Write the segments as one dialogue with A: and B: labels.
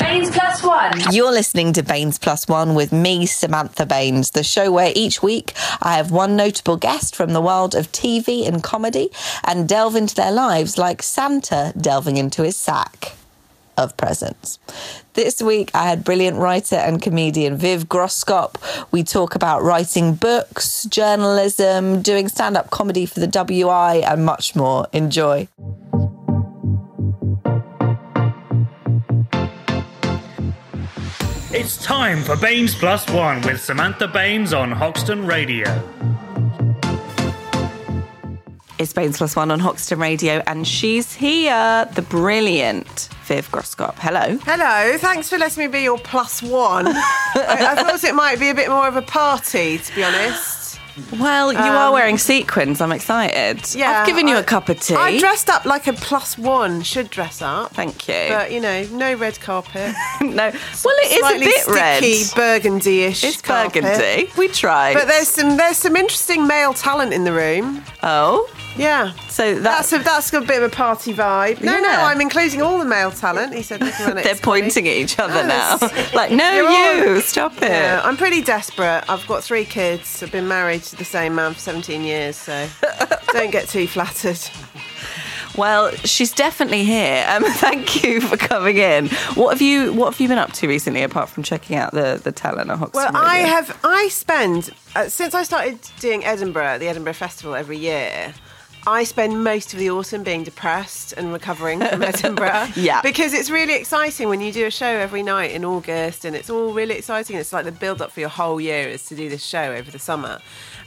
A: Baines Plus One.
B: You're listening to Baines Plus One with me, Samantha Baines, the show where each week I have one notable guest from the world of TV and comedy and delve into their lives like Santa delving into his sack of presents. This week, I had brilliant writer and comedian Viv Groskop. We talk about writing books, journalism, doing stand up comedy for the WI, and much more. Enjoy.
C: It's time for Baines Plus One with Samantha Baines on Hoxton Radio.
B: It's Baines Plus One on Hoxton Radio, and she's here, the brilliant Viv Groskop. Hello.
D: Hello, thanks for letting me be your plus one. I, I thought it might be a bit more of a party, to be honest.
B: Well, you are wearing sequins. I'm excited.
D: Um, yeah,
B: I've given you
D: I-
B: a cup of tea.
D: I dressed up like a plus one should dress up.
B: Thank you.
D: But you know, no red carpet.
B: no. Well, it is a
D: Slightly
B: bit red.
D: sticky, burgundy-ish.
B: It's
D: carpet.
B: burgundy. We tried.
D: But there's some there's some interesting male talent in the room.
B: oh,
D: Yeah.
B: so that's,
D: That's a that's a bit of a party vibe. No, no,
B: Yeah.
D: I'm including all the male talent. He said this
B: they're pointing at each other now.
D: Yes.
B: like, no,
D: You're
B: you
D: all-
B: stop it.
D: Yeah, I'm pretty desperate. I've got three kids. I've been married to the same man for 17 years, so don't get too flattered.
B: Well, she's definitely here. Um, thank you for coming in. What have you What have you been up to recently, apart from checking out the the talent at Hoxton?
D: Well, I
B: Radio?
D: have. I spend uh, since I started doing Edinburgh, the Edinburgh Festival every year. I spend most of the autumn being depressed and recovering from Edinburgh.
B: Yeah.
D: Because it's really exciting when you do a show every night in August and it's all really exciting. It's like the build up for your whole year is to do this show over the summer.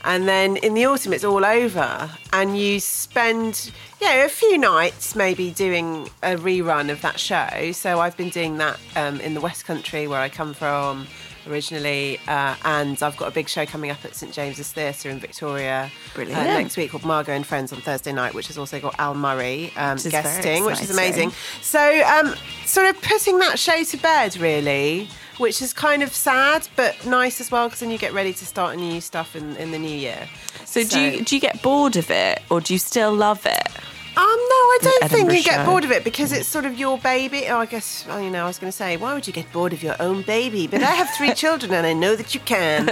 D: And then in the autumn, it's all over and you spend, you know, a few nights maybe doing a rerun of that show. So I've been doing that um, in the West Country where I come from originally. Uh, and I've got a big show coming up at St James's Theatre in Victoria uh,
B: Brilliant.
D: next week called Margot and Friends on Thursday night, which has also got Al Murray um,
B: Which is very
D: guesting, which is
B: exciting.
D: amazing. So, um, sort of putting that show to bed, really, which is kind of sad but nice as well because then you get ready to start new stuff in, in the new year.
B: So, do you do you get bored of it, or do you still love it?
D: Um, no, I don't think
B: Edinburgh
D: you
B: show.
D: get bored of it because it's sort of your baby. Oh, I guess oh, you know. I was going to say, why would you get bored of your own baby? But I have three children, and I know that you can.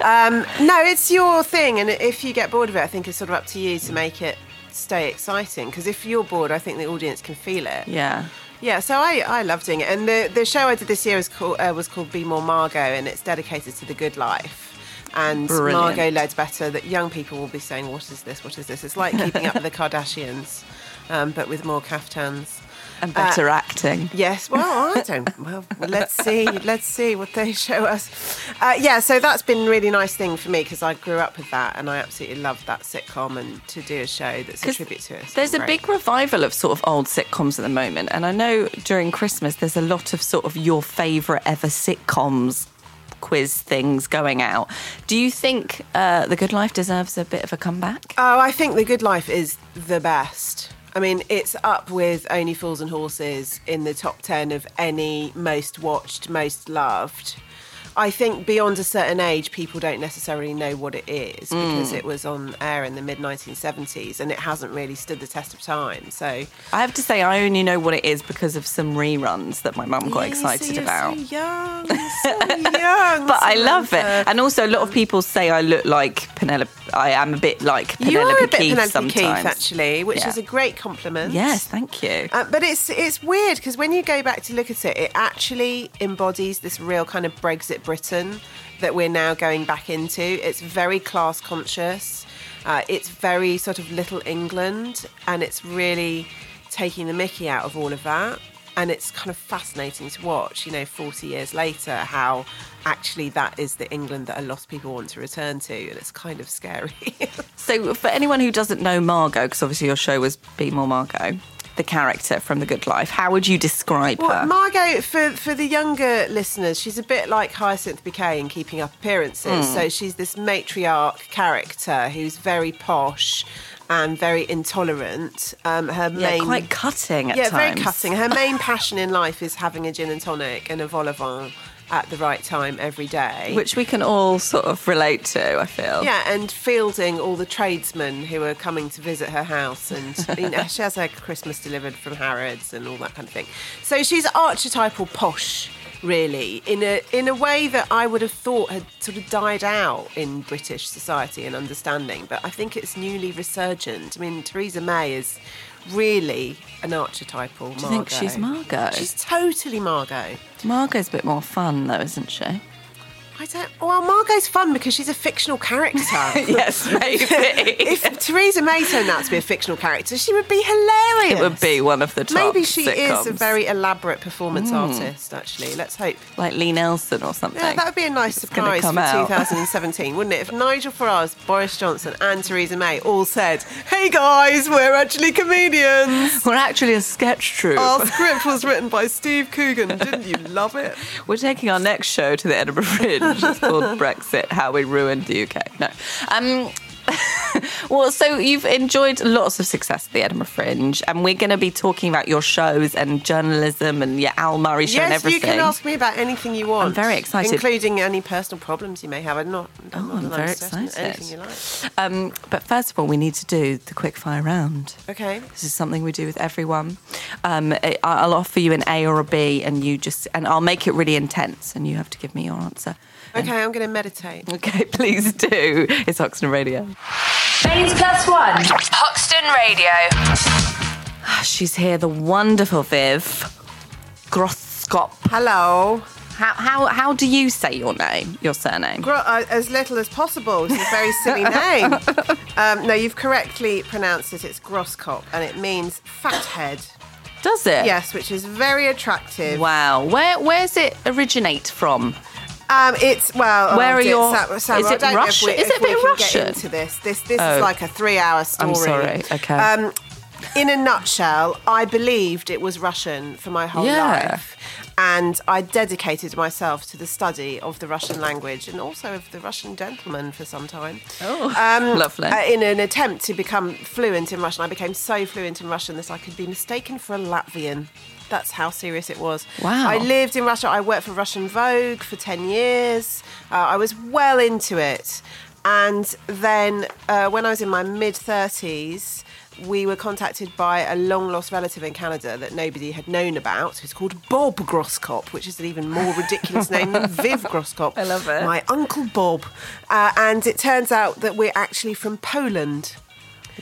D: Um, no, it's your thing, and if you get bored of it, I think it's sort of up to you to make it stay exciting. Because if you're bored, I think the audience can feel it.
B: Yeah.
D: Yeah, so I, I love doing it. And the, the show I did this year is called, uh, was called Be More Margot, and it's dedicated to the good life. And
B: Brilliant.
D: Margot loads better that young people will be saying, What is this? What is this? It's like keeping up with the Kardashians, um, but with more caftans. Uh,
B: And better acting.
D: Yes, well, I don't. Well, let's see. Let's see what they show us. Uh, yeah, so that's been a really nice thing for me because I grew up with that and I absolutely loved that sitcom. And to do a show that's a
B: 'Cause
D: tribute to us.
B: There's a
D: great.
B: big revival of sort of old sitcoms at the moment, and I know during Christmas there's a lot of sort of your favourite ever sitcoms quiz things going out. Do you think uh, The Good Life deserves a bit of a comeback?
D: Oh, I think The Good Life is the best. I mean, it's up with Only Fools and Horses in the top 10 of any most watched, most loved. I think beyond a certain age, people don't necessarily know what it is because
B: Mm.
D: it was on air in the mid 1970s and it hasn't really stood the test of time. So,
B: I have to say, I only know what it is because of some reruns that my mum got excited about.
D: So young, so young.
B: but I love it, and also a lot of people say I look like Penelope. I am a bit like Penelope
D: You are a bit
B: Keith
D: Penelope
B: sometimes.
D: Keith, actually, which
B: Yeah.
D: is a great compliment.
B: Yes, thank you.
D: Uh, but it's it's weird because when you go back to look at it, it actually embodies this real kind of Brexit Britain that we're now going back into. It's very class conscious. Uh, it's very sort of Little England, and it's really taking the Mickey out of all of that. And it's kind of fascinating to watch, you know, 40 years later, how actually that is the England that a lot of people want to return to. And it's kind of scary.
B: So, for anyone who doesn't know Margot, because obviously your show was Be More Margot, the character from The Good Life, how would you describe her?
D: Well, Margot, for, for the younger listeners, she's a bit like Hyacinth Bouquet in Keeping Up Appearances.
B: Hmm.
D: So she's this matriarch character who's very posh and very intolerant. Um, her
B: yeah,
D: main
B: quite cutting at
D: yeah,
B: times.
D: very cutting. Her main passion in life is having a gin and tonic and a vol au vent at the right time every day.
A: Which we can all sort of relate to, I feel.
D: yeah, and fielding all the tradesmen who are coming to visit her house, and you know, she has her Christmas delivered from Harrods and all that kind of thing. So she's archetypal posh, really, in a in a way that I would have thought had sort of died out in British society and understanding, but I think it's newly resurgent. I mean, Theresa May is really an archetypal.
A: Do you think she's Margot?
D: She's totally Margot.
A: Margot's a bit more fun, though, isn't she?
D: I don't. Well, Margot's fun because she's a fictional character.
A: yes, maybe.
D: if Theresa May turned out to be a fictional character, she would be hilarious.
A: it would be one of the top
D: Maybe she is a
A: sitcoms.
D: very elaborate performance
A: Mm.
D: artist. Actually, let's hope.
A: like Lee Nelson or something.
D: Yeah, that would be a nice
A: It's gonna
D: surprise for
A: come out.
D: 2017, wouldn't it? If Nigel Farage, Boris Johnson, and Theresa May all said, "Hey guys, we're actually comedians.
A: We're actually a sketch troupe.
D: Our script was written by Steve Coogan. Didn't you love it?"
A: We're taking our next show to the Edinburgh Fringe. It's called Brexit: How We Ruined the UK. No. Um, well, so you've enjoyed lots of success at the Edinburgh Fringe, and we're going to be talking about your shows and journalism and your Al Murray show and
D: Yes, you
A: everything.
D: can ask me about anything you want.
A: very excited.
D: including any personal problems you may have. I'm not. I'm,
A: Oh,
D: not
A: I'm
D: an
A: very
D: obsession,
A: excited.
D: Anything you like.
A: um, but first of all, we need to do the quick fire round.
D: Okay.
A: This is something we do with everyone. Um, I- I'll offer you an A or a B, and you just and I'll make it really intense, and you have to give me your answer.
D: Okay, I'm going to meditate.
A: Okay, please do. It's Oxford Radio.
E: Baines Plus One. Hoxton Radio.
A: She's here, the wonderful Viv Groskop.
D: Hello.
A: How, how, how do you say your name, your surname?
D: Gro- uh, as little as possible. It's a very silly name. Um, no, you've correctly pronounced it. It's Grosskop, and it means fat head.
A: Does it?
D: Yes, which is very attractive.
A: Wow. Where where's it originate from?
D: Um, it's well. oh,
A: Where are
D: dear,
A: your-
D: Sa- Sarah,
A: is
D: I don't
A: it
D: know if we-
A: Russian?
D: if
A: Is it a bit
D: we can get
A: Russian?
D: into this. This this
A: Oh.
D: is like a three-hour story.
A: I'm sorry. Okay.
D: Um, in a nutshell, I believed it was Russian for my whole
A: Yeah.
D: life. And I dedicated myself to the study of the Russian language and also of the Russian gentleman for some time.
A: Oh, lovely.
D: uh, in an attempt to become fluent in Russian, I became so fluent in Russian that I could be mistaken for a Latvian. That's how serious it was.
A: Wow.
D: I lived in Russia. I worked for Russian Vogue for 10 years. Uh, I was well into it. And then uh, when I was in my mid 30s, we were contacted by a long lost relative in Canada that nobody had known about, who's called Bob Groskop, which is an even more ridiculous name than Viv Groskop. I
A: love it.
D: My Uncle Bob. Uh, and it turns out that we're actually from Poland.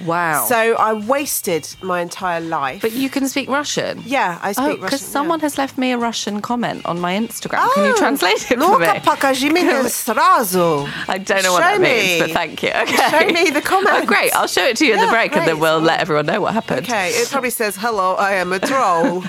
A: wow.
D: So I wasted my entire life.
A: but you can speak Russian.
D: yeah, Oh, I
A: Oh,
D: speak Russian.
A: because someone has left me a Russian comment on my Instagram.
D: yeah.
A: Can you translate it for me?
D: Ну-ка, покажи мне сразу.
A: I don't know what that
D: Show
A: means,
D: me.
A: but thank you. Okay.
D: Show me the
A: Oh,
D: comments.
A: great. I'll show it to you in the
D: Yeah,
A: break, and then
D: great.
A: we'll let everyone know what happened.
D: Okay, it probably says, hello, I am a troll.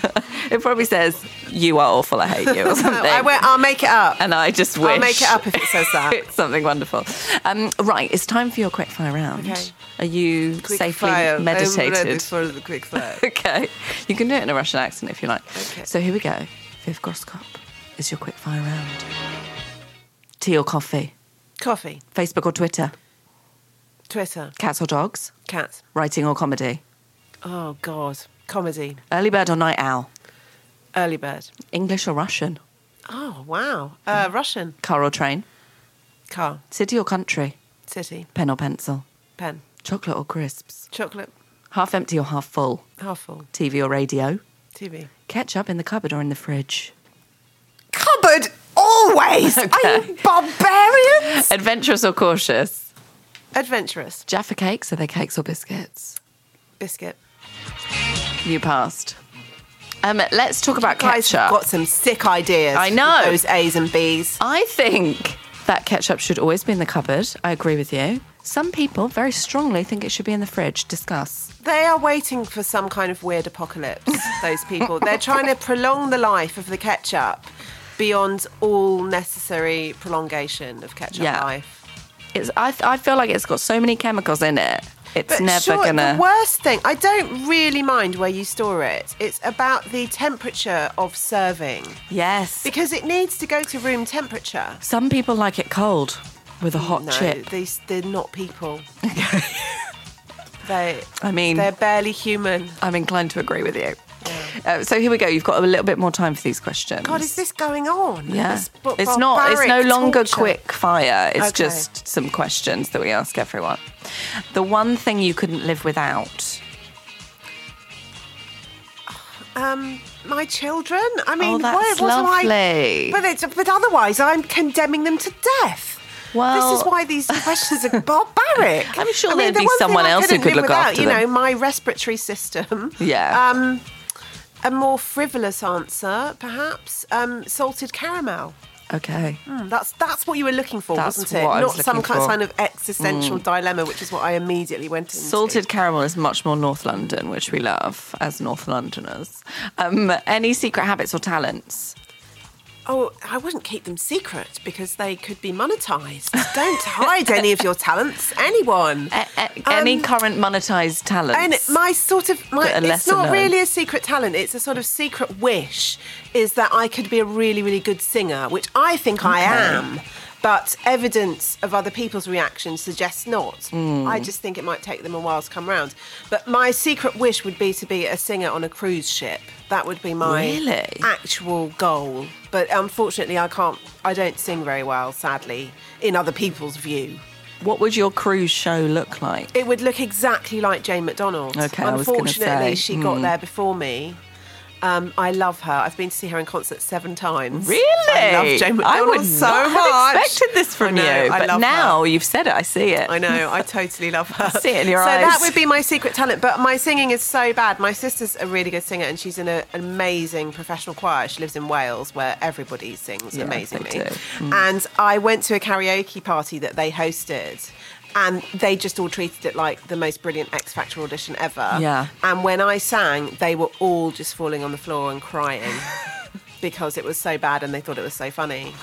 A: It probably says, "You are awful. I hate you," or something.
D: I will, I'll make it up.
A: and I just wish
D: I'll make it up if it says that.
A: It's something wonderful. Um, right, it's time for your quick fire round.
D: Okay.
A: Are you
D: Quick
A: safely
D: fire. I'm ready
A: meditated?
D: for the quick fire.
A: okay. You can do it in a Russian accent if you like.
D: Okay.
A: So here we go. Viv Groskop is your quick fire round. Tea or coffee?
D: Coffee,
A: Facebook or Twitter?
D: Twitter,
A: Cats or dogs?
D: cats.
A: Writing or comedy?
D: Oh, God. Comedy,
A: Early bird or night owl?
D: early bird.
A: English or Russian?
D: Oh, wow. Uh,
A: Mm.
D: Russian,
A: Car or train?
D: car,
A: City or country?
D: city,
A: Pen or pencil?
D: pen,
A: Chocolate or crisps?
D: chocolate,
A: Half empty or half full?
D: half full,
A: TV or radio?
D: TV.
A: Ketchup in the cupboard or in the fridge?
D: Cupboard, always. Are you barbarians?
A: Adventurous or cautious?
D: Adventurous,
A: Jaffa cakes, are they cakes or biscuits?
D: biscuit.
A: You passed. Um, let's talk about
D: Guys
A: ketchup.
D: have got some sick ideas.
A: I know.
D: with Those A's and B's.
A: I think that ketchup should always be in the cupboard. I agree with you. Some people very strongly think it should be in the fridge. Discuss.
D: They are waiting for some kind of weird apocalypse, those people. They're trying to prolong the life of the ketchup beyond all necessary prolongation of ketchup
A: Yeah.
D: life.
A: It's. I, I feel like it's got so many chemicals in it. It's never
D: sure,
A: gonna.
D: The worst thing, I don't really mind where you store it. It's about the temperature of serving
A: yes.
D: because it needs to go to room temperature.
A: Some people like it cold with a hot
D: No,
A: chip.
D: these they're not people. they
A: I mean,
D: they're barely human.
A: I'm inclined to agree with you. Uh, so here we go. You've got a little bit more time for these questions.
D: God, is this going on?
A: Yeah.
D: This b-
A: it's not. It's no
D: barbaric
A: longer
D: torture.
A: quick fire. It's
D: Okay.
A: just some questions that we ask everyone. The one thing you couldn't live without.
D: Um, my children. I mean,
A: Oh, that's
D: what, what am I?
A: lovely.
D: But it's but otherwise, I'm condemning them to death. this
A: Well-
D: is why these questions are barbaric.
A: I'm sure
D: I mean,
A: there'd
D: the
A: be
D: one thing
A: someone
D: I
A: else who
D: couldn't
A: could
D: live
A: look
D: without,
A: after
D: You know,
A: them.
D: my respiratory system.
A: Yeah.
D: Um, a more frivolous answer, perhaps. Um, salted caramel. Hmm,
A: Okay.
D: That's that's what you were looking for,
A: That's
D: wasn't it?
A: what I
D: Not
A: was
D: some
A: looking
D: kind
A: for. Hmm.
D: of, sign of existential dilemma, which is what I immediately went into.
A: Salted caramel is much more North London, which we love as North Londoners. Um, any secret habits or talents?
D: Oh, I wouldn't keep them secret because they could be monetized. Don't hide any of your talents, anyone.
A: A- a- any
D: Um,
A: current monetized talents?
D: and it- my sort of my,
A: that are
D: it's
A: lesser
D: not
A: known.
D: really a secret talent it's a sort of secret wish is that i could be a really really good singer which i think i am but evidence of other people's reactions suggests not
A: Hmm.
D: i just think it might take them a while to come round but my secret wish would be to be a singer on a cruise ship that would be my
A: Really?
D: actual goal but unfortunately i can't i don't sing very well sadly in other people's view
A: what would your cruise show look like?
D: it would look exactly like Jane McDonald.
A: Okay, I was gonna
D: Unfortunately,
A: say, hmm.
D: she got there before me. Um, I love her. I've been to see her in concert seven times.
A: Really?
D: I love Jane
A: I
D: McDonald
A: would
D: so
A: not
D: much.
A: have expected this from
D: I know,
A: you,
D: I
A: but
D: love
A: now
D: her.
A: you've said it. I see it.
D: I know. I totally love her.
A: see it in your
D: so
A: eyes.
D: that would be my secret talent. But my singing is so bad. My sister's a really good singer, and she's in a, an amazing professional choir. She lives in Wales, where everybody sings
A: Yeah,
D: amazingly.
A: they do. Mm.
D: And I went to a karaoke party that they hosted. And they just all treated it like the most brilliant X Factor audition ever.
A: Yeah.
D: And when I sang, they were all just falling on the floor and crying because it was so bad and they thought it was so funny.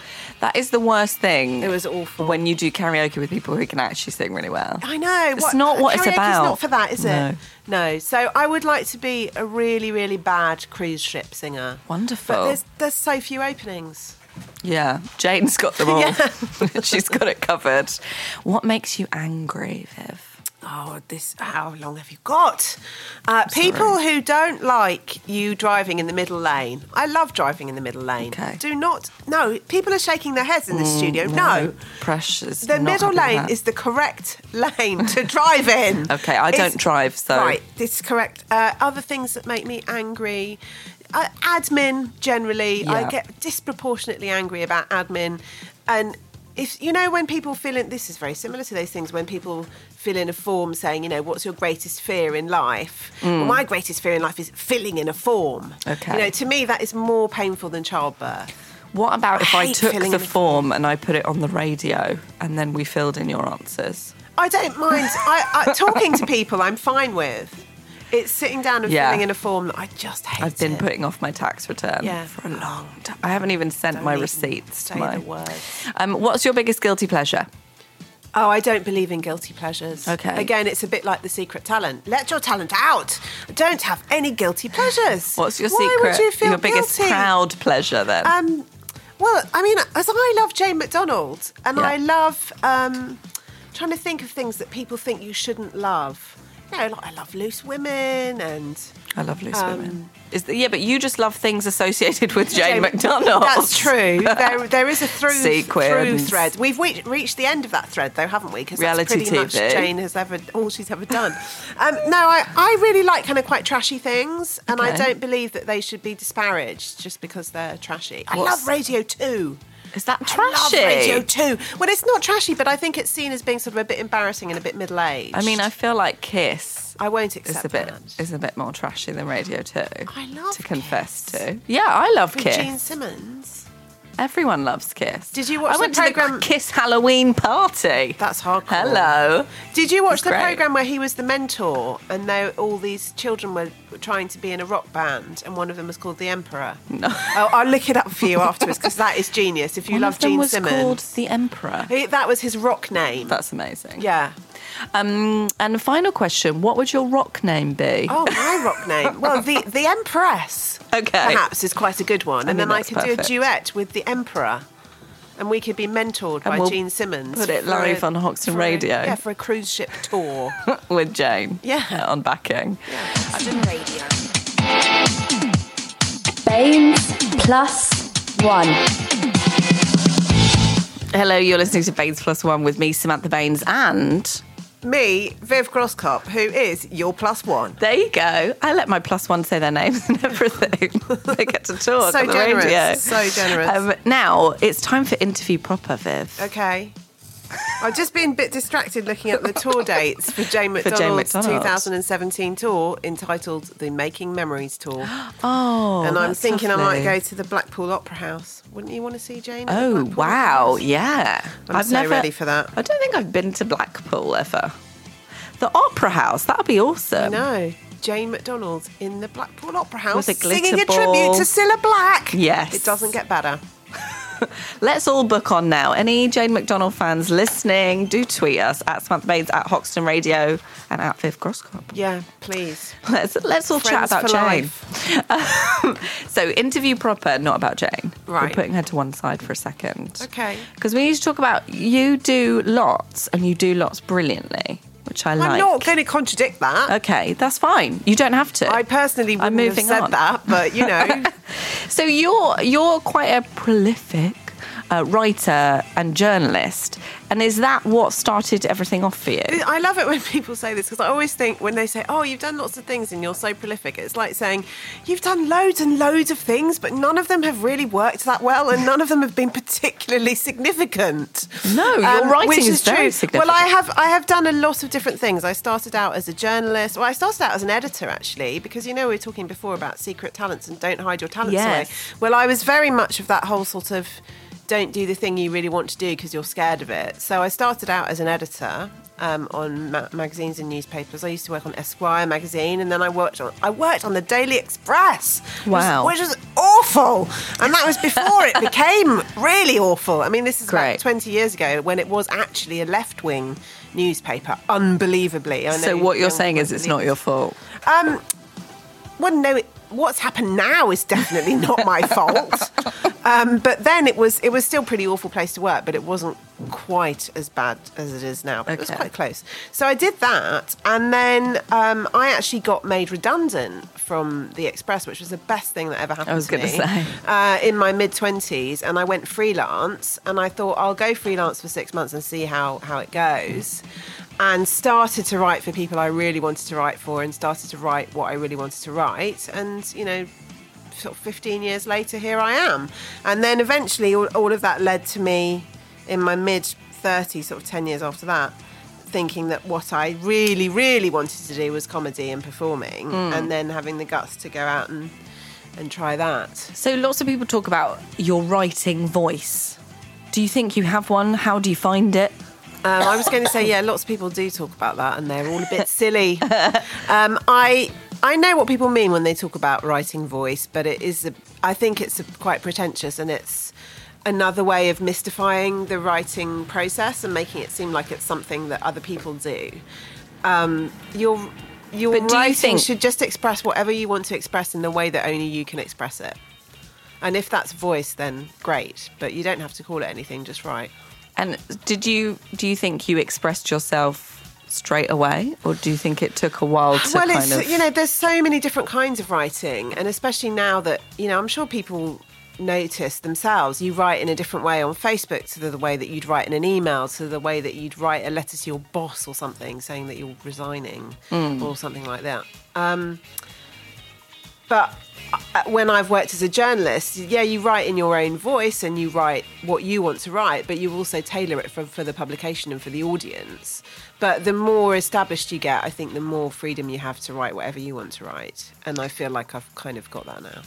A: That is the worst thing.
D: It was awful.
A: when you do karaoke with people who can actually sing really well.
D: I know.
A: It's not what it's
D: karaoke's
A: about.
D: not for that, is
A: No.
D: it? No. So I would like to be a really, really bad cruise ship singer.
A: Wonderful.
D: But there's there's so few openings.
A: Yeah, Jane's got them all. She's got it covered. What makes you angry, Viv?
D: Oh, this! How long have you got? Uh, people who don't like you driving in the middle lane. I love driving in the middle lane.
A: Okay. Mm,
D: Do not. No, people are shaking their heads in the studio. No.
A: Precious.
D: The middle lane is the correct lane to drive in.
A: Okay, I don't drive, so-
D: right. This is correct. Uh, other things that make me angry, uh, admin generally. I
A: Yeah.
D: get disproportionately angry about admin, and if you know when people fill in, this is very similar to those things when people fill in a form saying, you know, what's your greatest fear in life? Well, my greatest fear in life is filling in a form.
A: Mm. Okay.
D: You know, to me that is more painful than childbirth.
A: What about if
D: I
A: I
D: hate
A: took
D: filling
A: the
D: in the
A: form and I put it on the radio and then we filled in your answers?
D: I don't mind. I, I, talking to people, I'm fine with. It's sitting down and
A: Yeah.
D: filling in a form that I just hate.
A: I've been
D: it.
A: putting off my tax return
D: Yeah.
A: for a long time. I haven't even sent
D: Don't
A: my
D: even
A: receipts
D: Say
A: to my.
D: the word.
A: Um, what's your biggest guilty pleasure?
D: Oh, I don't believe in guilty pleasures.
A: Okay.
D: Again, it's a bit like the secret talent. Let your talent out. Don't have any guilty pleasures.
A: What's your
D: Why
A: secret?
D: Would you feel
A: your biggest
D: guilty?
A: proud pleasure then?
D: Um, well, I mean, as I love Jane McDonald, and
A: Yeah.
D: I love um, trying to think of things that people think you shouldn't love. You know, like I love loose women and.
A: I love loose
D: um,
A: women. Is the, yeah, but you just love things associated with Jane
D: Jane-
A: McDonald.
D: That's true. There, there is a through, through
A: Sequence.
D: thread. We've we- reached the end of that thread, though, haven't we? Because
A: Reality
D: that's pretty
A: TV.
D: much Jane has ever all she's ever done. Um, no, I, I really like kind of quite trashy things, and I
A: Okay.
D: don't believe that they should be disparaged just because they're trashy. I love
A: What's-
D: Radio Two.
A: Is that
D: Love
A: trashy?
D: Radio Two. Well, it's not trashy, but I think it's seen as being sort of a bit embarrassing and a bit middle aged.
A: I mean, I feel like Kiss
D: I won't
A: is
D: accept
A: a bit
D: that.
A: is a bit more trashy than Radio Two.
D: I love
A: to confess
D: Kiss.
A: to. Yeah, I love
D: With
A: Kiss.
D: Gene Simmons.
A: Everyone loves Kiss.
D: Did you watch
A: I
D: the
A: went to
D: programme-
A: the Kiss Halloween party.
D: That's hardcore.
A: Hello.
D: Did you watch
A: It's
D: the
A: great.
D: program where he was the mentor and they, all these children were trying to be in a rock band and one of them was called the Emperor? No. Oh, I'll look it up for you afterwards because that is genius. If you
A: One
D: love
A: of them
D: Gene
A: was called
D: Simmons,
A: the Emperor.
D: He- that was his rock name.
A: That's amazing.
D: yeah.
A: Um, and final question: What would your rock name be?
D: Oh, my rock name. Well, the the Empress.
A: Okay.
D: Perhaps is quite a good one, and
A: mean,
D: then I
A: that's
D: could
A: perfect.
D: do a duet with the Emperor. And we could be mentored by
A: we'll
D: Gene Simmons.
A: put it
D: for
A: live on Hoxton
D: for a-
A: Radio.
D: yeah, for a cruise ship tour.
A: with Jane.
D: Yeah.
A: on backing.
D: yeah.
E: Hoxton Radio. Baines Plus One.
A: Hello, you're listening to Baines Plus One with me, Samantha Baines, and
D: Me, Viv Grosscop, who is your plus one.
A: there you go. I let my plus one say their names and everything. they get to talk
D: So
A: on the
D: generous,
A: radio.
D: so generous.
A: Um, now it's time for interview proper, Viv.
D: Okay. I've just been a bit distracted looking at the tour dates for Jane
A: Jane
D: McDonald's
A: McDonald.
D: 2017 tour entitled the Making Memories Tour.
A: Oh,
D: and I'm
A: that's
D: thinking I might
A: lovely.
D: go to the Blackpool Opera House. Wouldn't you want to see Jane? at the
A: Oh
D: Blackpool Opera
A: wow!
D: House?
A: Yeah,
D: I'm so ready for that.
A: I don't think I've been to Blackpool ever. The Opera House that would be awesome.
D: No, Jane McDonald in the Blackpool Opera House
A: With a glitter
D: singing a
A: ball.
D: tribute to Cilla Black.
A: Yes.
D: It doesn't get better.
A: Let's all book on now. Any Jane McDonald fans listening, do tweet us at Samantha Baines at Hoxton Radio and at Viv Grosscop.
D: Yeah, please.
A: Let's let's all
D: Friends
A: chat about
D: for
A: Jane. Um, so interview proper, not about Jane.
D: Right.
A: We're putting her to one side for a second.
D: Okay.
A: Because we need to talk about you do lots and you do lots brilliantly, which I like.
D: I'm not going to contradict that.
A: Okay, that's fine. You don't have to.
D: I personally wouldn't
A: I'm moving
D: have said
A: on.
D: that, but you know,
A: So you're you're quite a prolific uh, writer and journalist, and is that what started everything off for you?
D: I love it when people say this because I always think when they say, "Oh, you've done lots of things and you're so prolific," it's like saying you've done loads and loads of things, but none of them have really worked that well, and none of them have been particularly significant. Um,
A: No, your writing
D: which
A: is very
D: true.
A: significant.
D: Well, I have I have done a lot of different things. I started out as a journalist. Well, I started out as an editor actually, because you know we were talking before about secret talents and don't hide your talents
A: Yes.
D: away. Well, I was very much of that whole sort of don't do the thing you really want to do because you're scared of it. So I started out as an editor um, on ma- magazines and newspapers. I used to work on Esquire magazine, and then I worked on I worked on the Daily Express. which-
A: Wow.
D: which was awful, and that was before it became really awful. I mean, this is
A: Great.
D: about 20 years ago when it was actually a left wing newspaper. Unbelievably, I know
A: So what you're
D: young
A: saying
D: people
A: is it's
D: believe
A: not your fault.
D: well, no, it- what's happened now is definitely not my fault. Um, but then it was it was still a pretty awful place to work, but it wasn't quite as bad as it is now. But It was
A: Okay.
D: quite close. So I did that, and then um, I actually got made redundant from the Express, which was the best thing that ever happened.
A: was
D: to
A: gonna
D: me,
A: say.
D: uh, in my mid twenties, and I went freelance, and I thought I'll go freelance for six months and see how how it goes. And started to write for people I really wanted to write for, and started to write what I really wanted to write, and you know sort of 15 years later, here I am. And then eventually, all, all of that led to me in my mid 30s, sort of 10 years after that, thinking that what I really, really wanted to do was comedy and performing, and then having the guts to go out and, and try that.
A: So lots of people talk about your writing voice. Do you think you have one? How do you find it?
D: Um, I was going to say, yeah, lots of people do talk about that, and they're all a bit silly. Um, I I know what people mean when they talk about writing voice, but it is a, I think it's a, quite pretentious, and it's another way of mystifying the writing process and making it seem like it's something that other people do. Um, your your
A: But do you
D: writing
A: think-
D: should just express whatever you want to express in the way that only you can express it. And if that's voice, then great. But you don't have to call it anything, just write.
A: And did you do you think you expressed yourself straight away, or do you think it took a while to
D: well,
A: kind
D: it's
A: of?
D: you know, there's so many different kinds of writing, and especially now that you know, I'm sure people notice themselves. You write in a different way on Facebook to the, the way that you'd write in an email, to the way that you'd write a letter to your boss or something saying that you're resigning
A: Hmm.
D: or something like that. Um, but uh, when I've worked as a journalist, yeah, you write in your own voice and you write what you want to write, but you also tailor it for, for the publication and for the audience. But the more established you get, I think the more freedom you have to write whatever you want to write. And I feel like I've kind of got that now.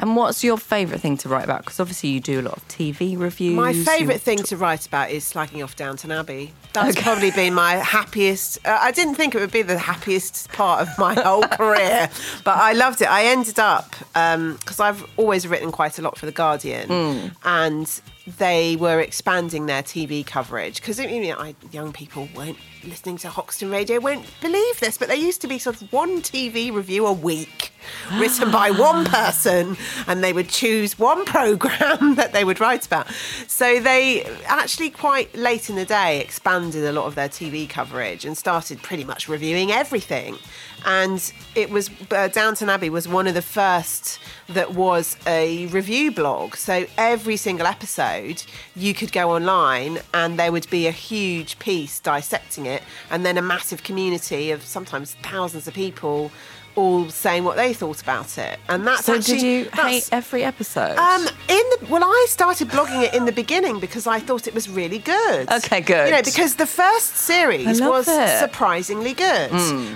A: and what's your favourite thing to write about? Because obviously you do a lot of TV reviews.
D: My
A: you-
D: favourite thing to write about is slagging off Downton Abbey. That's probably been my happiest. Uh, I didn't think it would be the happiest part of my whole career, but I loved it. I ended up because I've always written quite a lot for the Guardian, and they were expanding their TV coverage because I mean, I, young people weren't listening to Hoxton Radio, won't believe this, but there used to be sort of one TV review a week written by one person, and they would choose one program that they would write about. So they actually quite late in the day expanded a lot of their TV coverage and started pretty much reviewing everything. and it was uh, Downton Abbey was one of the first that was a review blog. So every single episode, you could go online and there would be a huge piece dissecting it, and then a massive community of sometimes thousands of people all saying what they thought about it. And that's
A: So
D: actually
A: did you hate
D: that's-
A: every episode?
D: um, in the well, I started blogging it in the beginning because I thought it was really good.
A: Okay, good.
D: You know, because the first series
A: I love
D: was
A: it. Hmm.
D: surprisingly good,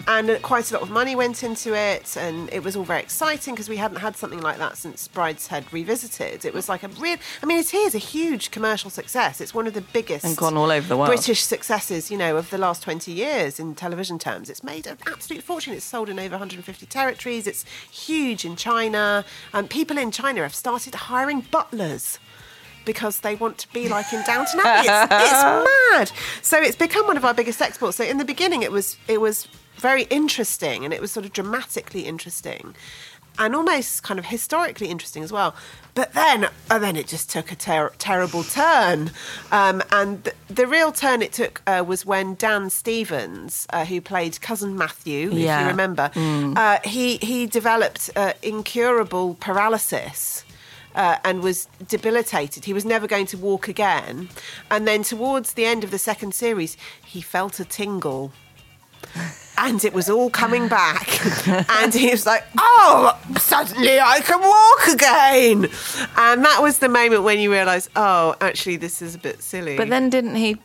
D: and quite a lot of money went into it, and it was all very exciting because we hadn't had something like that since Brideshead Revisited. It was like a real. I mean, it is a huge commercial success. It's one of the biggest
A: And gone all over the world.
D: British successes, you know, of the last twenty years in television terms. It's made an absolute fortune. It's sold in over 150 territories. It's huge in China. Um, people in China have started hiring butlers because they want to be like in Downton Abbey. It's, it's mad. So it's become one of our biggest exports. So in the beginning, it was it was very interesting, and it was sort of dramatically interesting, and almost kind of historically interesting as well. But then, and then it just took a ter- terrible turn, um, and th- the real turn it took uh, was when Dan Stevens, uh, who played cousin Matthew, if
A: Yeah.
D: you remember, uh, he he developed uh, incurable paralysis uh, and was debilitated. He was never going to walk again. And then towards the end of the second series, he felt a tingle. And it was all coming back. And he was like, oh, suddenly I can walk again. And that was the moment when you realise, oh, actually, this is a bit silly.
A: but then didn't he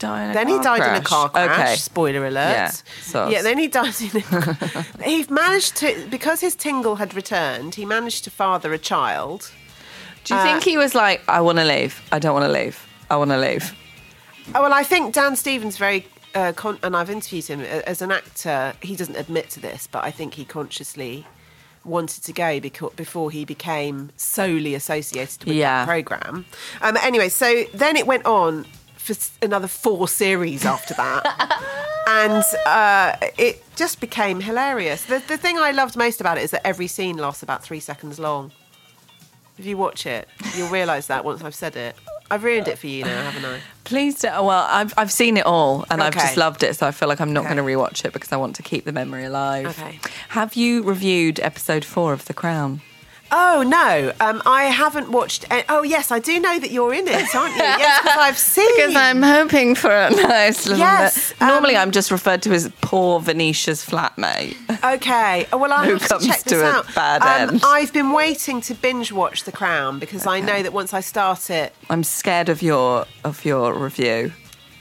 A: die in a
D: Then he
A: car
D: died in a
A: crash?
D: car crash.
A: Okay.
D: Spoiler alert.
A: Yeah, soz.
D: Yeah, then he died in a He managed to because his tingle had returned, he managed to father a child.
A: Do you think he was like, I want to leave. I don't want to leave. I want to leave.
D: Oh, well, I think Dan Stevens very, uh, con- and I've interviewed him a- as an actor. He doesn't admit to this, but I think he consciously wanted to go becau- before he became solely associated with
A: Yeah.
D: that program. Um, anyway, so then it went on for s- another four series after that. And uh, it just became hilarious. The, the thing I loved most about it is that every scene lasts about three seconds long. If you watch it, you'll realise that once I've said it. I've ruined it for you now, haven't I?
A: Please do. Well, I've, I've seen it all and I've
D: Okay.
A: just loved it. So I feel like I'm not
D: Okay.
A: going to rewatch it because I want to keep the memory alive.
D: Okay.
A: Have you reviewed episode four of The Crown?
D: Oh no, um, I haven't watched. a- oh yes, I do know that you're in it, aren't you? Yes, because I've seen.
A: Because I'm hoping for a nice little
D: Yes,
A: bit. Normally,
D: um,
A: I'm just referred to as poor Venetia's flatmate.
D: Okay. Oh, Well, I
A: Who
D: have
A: comes
D: to check this
A: to a
D: out. Um,
A: bad end?
D: I've been waiting to binge watch The Crown because I know that once I start it,
A: I'm scared of your of your review.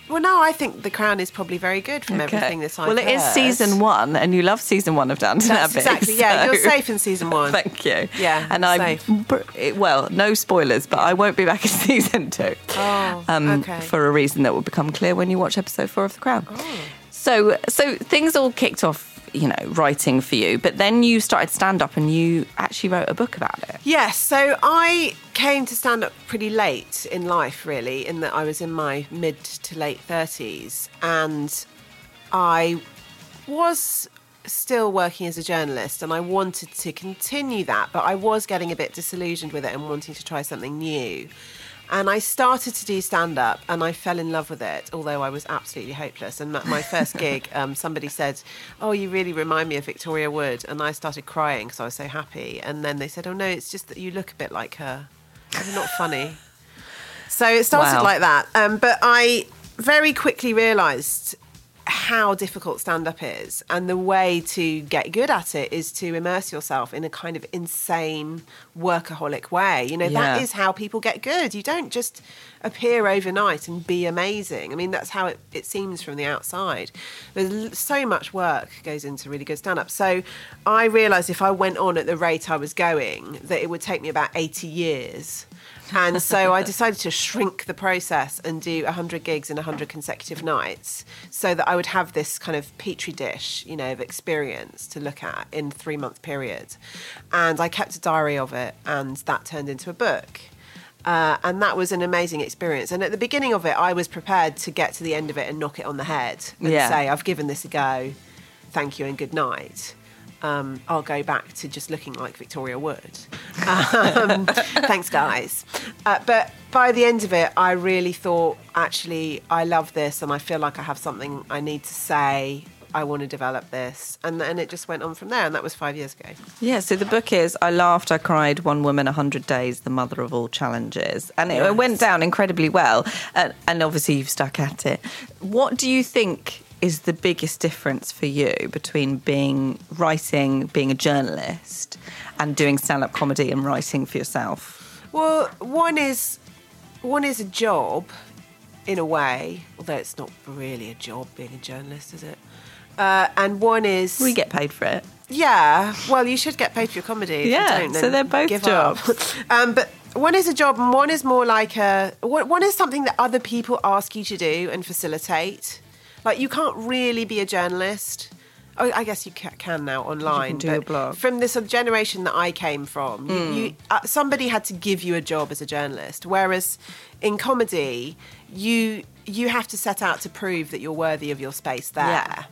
D: well, no, I think The Crown is probably very good from everything that I've
A: well, it is
D: heard.
A: season one, and you love season one of Downton
D: That's
A: Abbey.
D: exactly. Yeah,
A: so-
D: you're safe in season one.
A: Thank you.
D: Yeah,
A: and I'm
D: safe.
A: br- well, no spoilers, but I won't be back in season two. um,
D: Oh, okay. Oh.
A: For a reason that will become clear when you watch episode four of The Crown. So, so things all kicked off, you know, writing for you, but then you started stand up and you actually wrote a book about it.
D: Yes, so I came to stand up pretty late in life, really, in that I was in my mid to late 30s and I was still working as a journalist and I wanted to continue that, but I was getting a bit disillusioned with it and wanting to try something new. And I started to do stand up and I fell in love with it, although I was absolutely hopeless. And at my first gig, um, somebody said, Oh, you really remind me of Victoria Wood. And I started crying because I was so happy. And then they said, Oh, no, it's just that you look a bit like her. You're not funny. So it started
A: Wow.
D: like that. Um, but I very quickly realised how difficult stand up is. And the way to get good at it is to immerse yourself in a kind of insane workaholic way. You know,
A: Yeah.
D: that is how people get good. You don't just appear overnight and be amazing. I mean, that's how it, it seems from the outside. There's l- so much work goes into really good stand up. So I realised if I went on at the rate I was going, that it would take me about 80 years. And so I decided to shrink the process and do 100 gigs in 100 consecutive nights so that I would have this kind of petri dish, you know, of experience to look at in three month period. And I kept a diary of it, and that turned into a book. Uh, and that was an amazing experience. And at the beginning of it, I was prepared to get to the end of it and knock it on the head and
A: Yeah.
D: say, I've given this a go. Thank you and good night. Um, I'll go back to just looking like Victoria Wood. Um, thanks, guys. Uh, but by the end of it, I really thought, actually, I love this and I feel like I have something I need to say I want to develop this, and and it just went on from there, and that was five years ago.
A: Yeah, so the book is I Laughed, I Cried, One Woman, 100 Days, The Mother of All Challenges. And it went down incredibly well. And, and obviously, you've stuck at it. What do you think is the biggest difference for you between being writing, being a journalist, and doing stand up comedy and writing for yourself?
D: Well, one is one is a job, in a way, although it's not really a job being a journalist, is it? Uh, and one is
A: We get paid for it.
D: Yeah. Well, you should get paid for your comedy. If
A: Yeah,
D: You don't,
A: so
D: then
A: they're both
D: give up.
A: jobs.
D: um, but one is a job, and one is more like a one one is something that other people ask you to do and facilitate. Like you can't really be a journalist. Oh, I guess you ca- can now online.
A: do a
D: but
A: blog. Hmm.
D: From this generation that I came from, you, you, uh, somebody had to give you a job as a journalist. Whereas in comedy, you you have to set out to prove that you're worthy of your space there.
A: Yeah.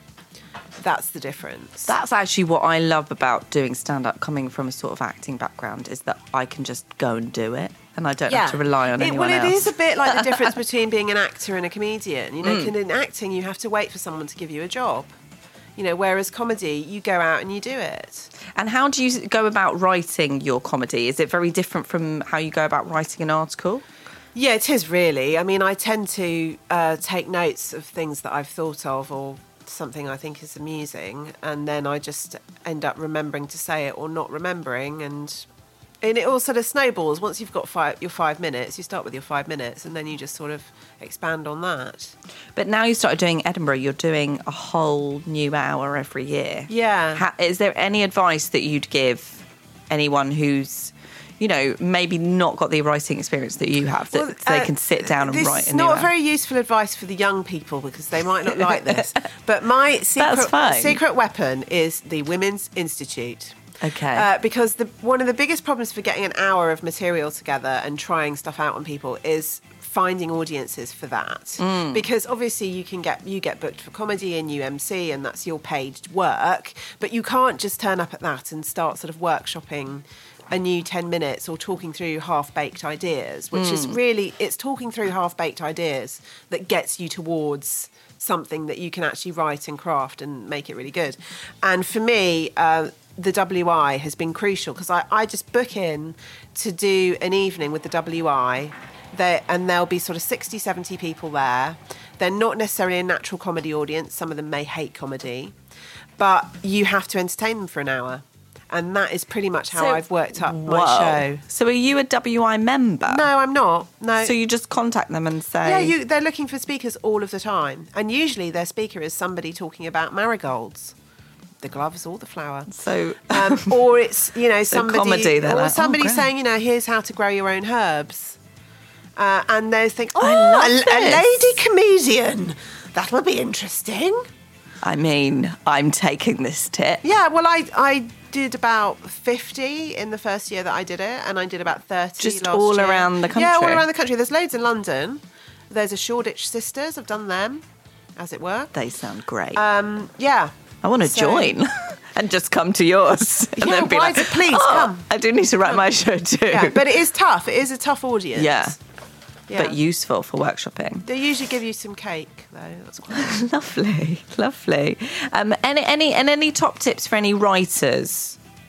D: That's the difference.
A: That's actually what I love about doing stand up, coming from a sort of acting background, is that I can just go and do it and I don't have to rely on
D: It-
A: anyone
D: Well,
A: else. Mm.
D: it is a bit like the difference between being an actor and a comedian. You know, 'cause in acting, you have to wait for someone to give you a job. You know, whereas comedy, you go out and you do it.
A: And how do you go about writing your comedy? Is it very different from how you go about writing an article?
D: Yeah, it is really. I mean, I tend to uh, take notes of things that I've thought of or something I think is amusing, and then I just end up remembering to say it or not remembering, and and it all sort of snowballs. Once you've got five, your five minutes, you start with your five minutes, and then you just sort of expand on that.
A: But now you started doing Edinburgh, you're doing a whole new hour every year.
D: Yeah.
A: How, is there any advice that you'd give anyone who's, you know, maybe not got the writing experience that you have that
D: Well,
A: they
D: uh,
A: can sit down and
D: this
A: write?
D: is
A: a new
D: not
A: hour?
D: very useful advice for the young people because they might not like this. But my secret,
A: fine.
D: secret weapon is the Women's Institute.
A: Okay.
D: Uh, because the, one of the biggest problems for getting an hour of material together and trying stuff out on people is finding audiences for that. Because obviously you can get you get booked for comedy and you MC and that's your paid work, but you can't just turn up at that and start sort of workshopping a new 10 minutes or talking through half-baked ideas which is really it's talking through half-baked ideas that gets you towards something that you can actually write and craft and make it really good. And for me, uh, the WI has been crucial because I, I just book in to do an evening with the WI. There, and there'll be sort of 60, 70 people there. They're not necessarily a natural comedy audience. Some of them may hate comedy, but you have to entertain them for an hour. And that is pretty much how
A: So-
D: I've worked up
A: Whoa.
D: my show.
A: So are you a WI member?
D: No, I'm not. No.
A: So you just contact them and say,
D: Yeah, you, they're looking for speakers all of the time, and usually their speaker is somebody talking about marigolds, the gloves, or the flower.
A: so
D: Um, or it's you know somebody
A: comedy, they're
D: or
A: like, "Oh,
D: somebody
A: great."
D: saying you know here's how to grow your own herbs, uh, and they think oh
A: I love
D: a, a
A: this."
D: lady comedian that'll be interesting.
A: I mean, I'm taking this tip.
D: Yeah, well I I did about fifty in the first year that I did it, and I did about thirty
A: Just
D: last
A: all
D: year.
A: around the
D: Yeah, all
A: country.
D: around the country. There's loads in London. There's a Shoreditch Sisters. I've done them, as it were. Um,
A: They sound great.
D: Uh, Yeah.
A: I want to
D: so-
A: join and just come to yours and
D: Yeah,
A: then be
D: why
A: like,
D: is it- please,
A: "Oh,
D: come."
A: I do need to write my show too.
D: Yeah, but it is tough. It is a tough audience.
A: Yeah,
D: Yeah.
A: but useful for workshopping.
D: They usually give you some cake, though. That's quite nice.
A: Lovely, lovely. Um, any, any, and any top tips for any writers,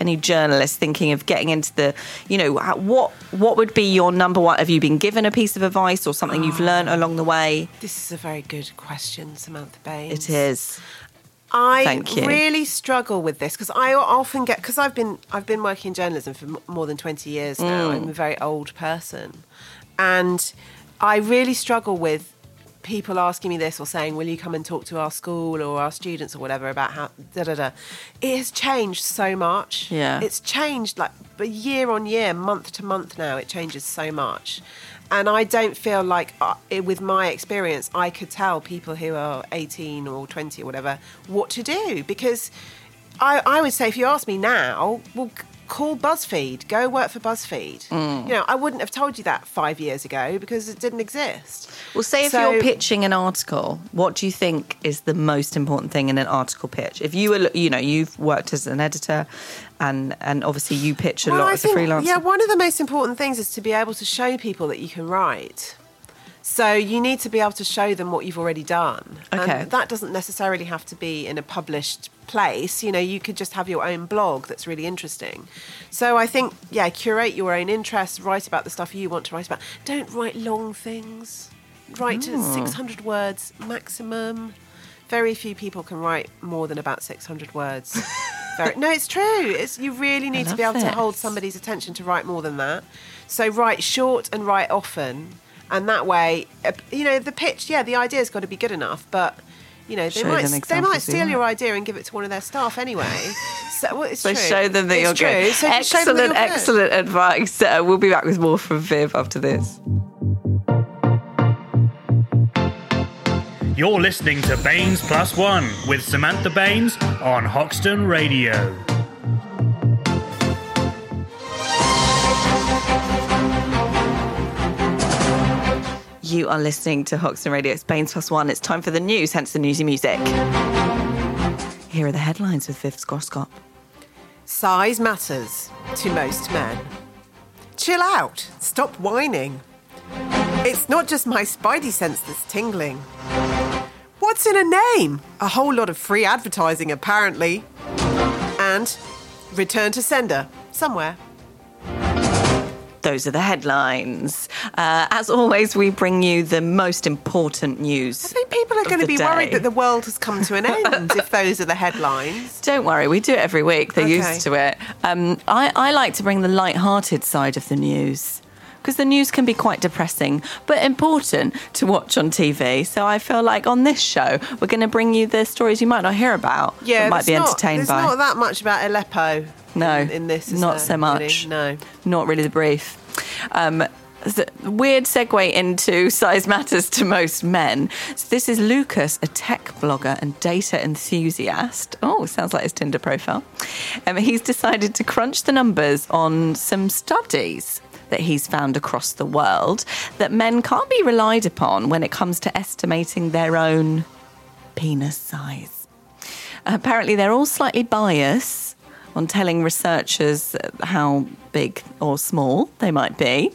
A: any journalists thinking of getting into the, you know, how- what what would be your number one? Have you been given a piece of advice or something you've learned
D: Ah.
A: along the way?
D: This is a very good question, Samantha Baines.
A: It is.
D: I
A: Thank you.
D: really struggle with this because I often get because I've been I've been working in journalism for m- more than twenty years now.
A: Mm.
D: I'm a very old person, and I really struggle with people asking me this or saying, "Will you come and talk to our school or our students or whatever about how da da da." It has changed so much.
A: Yeah.
D: it's changed like but year on year, month to month now. It changes so much. And I don't feel like, uh, it- with my experience, I could tell people who are 18 or 20 or whatever what to do. Because I, I would say, if you ask me now, well, c- call BuzzFeed, go work for BuzzFeed. You know, I wouldn't have told you that five years ago because it didn't exist.
A: Well, say if
D: So-
A: you're pitching an article, what do you think is the most important thing in an article pitch? If you were, you know, you've worked as an editor, and and obviously you pitch a
D: Well,
A: lot
D: I
A: as
D: think,
A: a freelancer.
D: Yeah, one of the most important things is to be able to show people that you can write. So you need to be able to show them what you've already done.
A: Okay.
D: And that doesn't necessarily have to be in a published place. You know, you could just have your own blog that's really interesting. So I think, yeah, curate your own interests, write about the stuff you want to write about. Don't write long things. Write to
A: Oh.
D: 600 words maximum. Very few people can write more than about 600 words. Very, no, it's true. It's, you really need to be
A: love
D: able to hold
A: this.
D: somebody's attention to write more than that. So write short and write often, and that way, uh, you know, the pitch. Yeah, the idea's got to be good enough, but you know, they
A: Show
D: might
A: them
D: they
A: examples you
D: might steal your
A: want.
D: idea and give it to one of their staff anyway. So well, it's
A: So
D: true.
A: show them that
D: It's
A: you're
D: true.
A: good.
D: So just show
A: excellent,
D: them that you're good.
A: excellent advice. Uh, we'll be back with more from Viv after this.
C: You're listening to Baines Plus One with Samantha Baines on Hoxton Radio.
A: You are listening to Hoxton Radio. It's Baines Plus One. It's time for the news, hence the newsy music. Here are the headlines with Viv Scroscott.
D: Size matters to most men. Chill out. Stop whining. It's not just my spidey sense that's tingling. What's in a name? A whole lot of free advertising, apparently. And return to sender somewhere.
A: Those are the headlines. Uh, as always, we bring you the most important news.
D: I think people are
A: of
D: going to
A: the
D: be
A: day.
D: worried that the world has come to an end if those are the headlines.
A: Don't worry, we do it every week. They're
D: Okay.
A: used to it. Um, I, I like to bring the light-hearted side of the news because the news can be quite depressing, but important to watch on TV. So I feel like on this show, we're going to bring you the stories you might not hear about. that might
D: there's
A: be
D: not-
A: entertained
D: there's
A: by.
D: not that much about Aleppo.
A: No,
D: in, in this, is
A: not
D: there,
A: so much.
D: really? No.
A: not really the brief. Um, s- weird segue into size matters to most men. So this is Lucas, a tech blogger and data enthusiast. Oh, sounds like his Tinder profile. Um, he's decided to crunch the numbers on some studies that he's found across the world that men can't be relied upon when it comes to estimating their own penis size apparently they're all slightly biased on telling researchers how big or small they might be.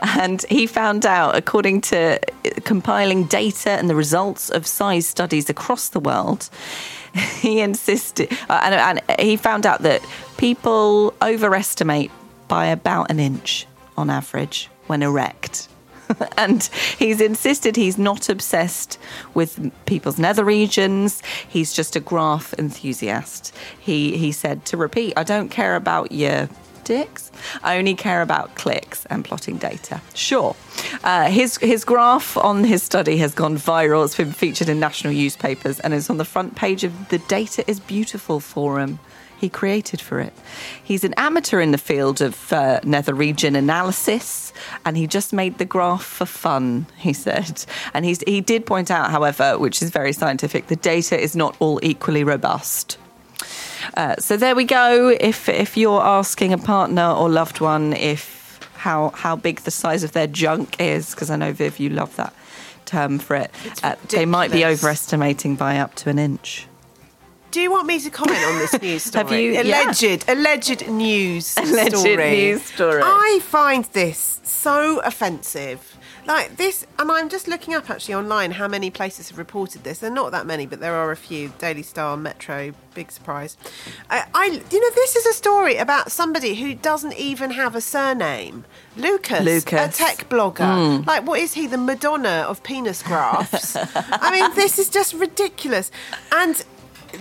A: And he found out, according to compiling data and the results of size studies across the world, he insisted, uh, and, and he found out that people overestimate by about an inch on average when erect and he's insisted he's not obsessed with people's nether regions. He's just a graph enthusiast. He he said to repeat, I don't care about your dicks. I only care about clicks and plotting data. Sure, uh, his his graph on his study has gone viral. It's been featured in national newspapers and is on the front page of the Data is Beautiful forum he created for it. He's an amateur in the field of uh, nether region analysis, and he just made the graph for fun, he said. And he's, he did point out, however, which is very scientific, the data is not all equally robust. Uh, so there we go. If if you're asking a partner or loved one if how how big the size of their junk is, because I know Viv, you love that term for it, uh, they might be
D: ridiculous.
A: overestimating by up to an inch.
D: Do you want me to comment on this news story?
A: Have you- yeah.
D: alleged, alleged news
A: Alleged
D: story.
A: news story.
D: I find this so offensive. Like this, and I'm just looking up actually online how many places have reported this. There are not that many, but there are a few. Daily Star, Metro, big surprise. I, I, you know, this is a story about somebody who doesn't even have a surname. Lucas,
A: Lucas.
D: a tech blogger. Like, what is he? The Madonna of penis graphs. I mean, this is just ridiculous. And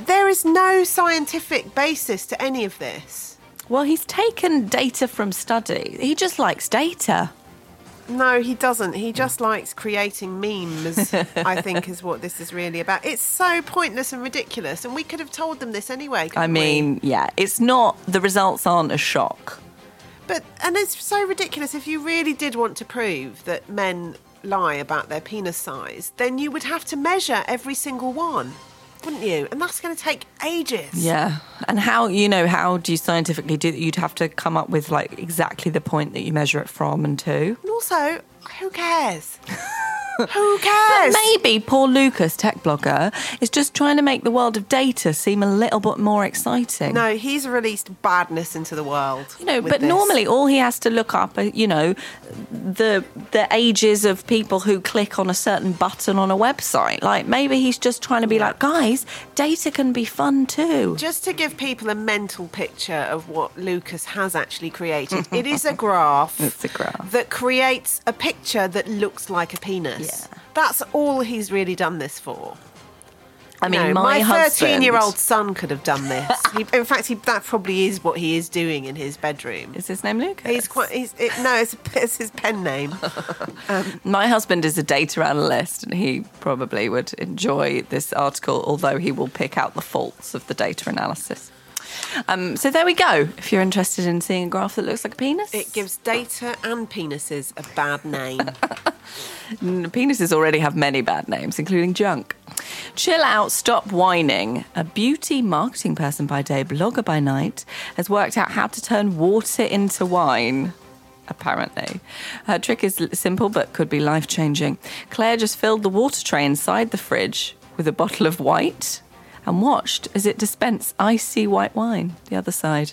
D: there is no scientific basis to any of this.
A: Well, he's taken data from studies. He just likes data.
D: No, he doesn't. He just likes creating memes, I think, is what this is really about. It's so pointless and ridiculous. And we could have told them this anyway.
A: I
D: couldn't we?
A: mean, yeah, it's not, the results aren't a shock.
D: But and it's so ridiculous. If you really did want to prove that men lie about their penis size, then you would have to measure every single one, wouldn't you? And that's going to take ages.
A: Yeah. And how, you know, how do you scientifically do that? You'd have to come up with like exactly the point that you measure it from and to.
D: And also, who cares? Who cares?
A: Maybe poor Lucas, tech blogger, is just trying to make the world of data seem a little bit more exciting.
D: No, he's released badness into the world.
A: You know,
D: with
A: but
D: this.
A: normally all he has to look up are, you know, the the ages of people who click on a certain button on a website. Like maybe he's just trying to be like, guys, data can be fun too.
D: Just to give people a mental picture of what Lucas has actually created, it is a graph.
A: It's a graph.
D: that creates a picture that looks like a penis.
A: Yeah.
D: That's all he's really done this for.
A: I mean,
D: No,
A: my, husband-
D: thirteen-year-old son could have done this. he, in fact, he, that probably is what he is doing in his bedroom.
A: Is his name Lucas?
D: He's quite. He's, it, no, it's, it's his pen name.
A: My husband is a data analyst and he probably would enjoy this article, although he will pick out the faults of the data analysis. Um, so there we go. If you're interested in seeing a graph that looks like a penis,
D: It gives data and penises a bad name.
A: And penises already have many bad names, including junk. Chill out, stop whining. A beauty marketing person by day, blogger by night, has worked out how to turn water into wine. Apparently, her trick is l- simple but could be life changing. Claire just filled the water tray inside the fridge with a bottle of white and watched as it dispensed icy white wine the other side.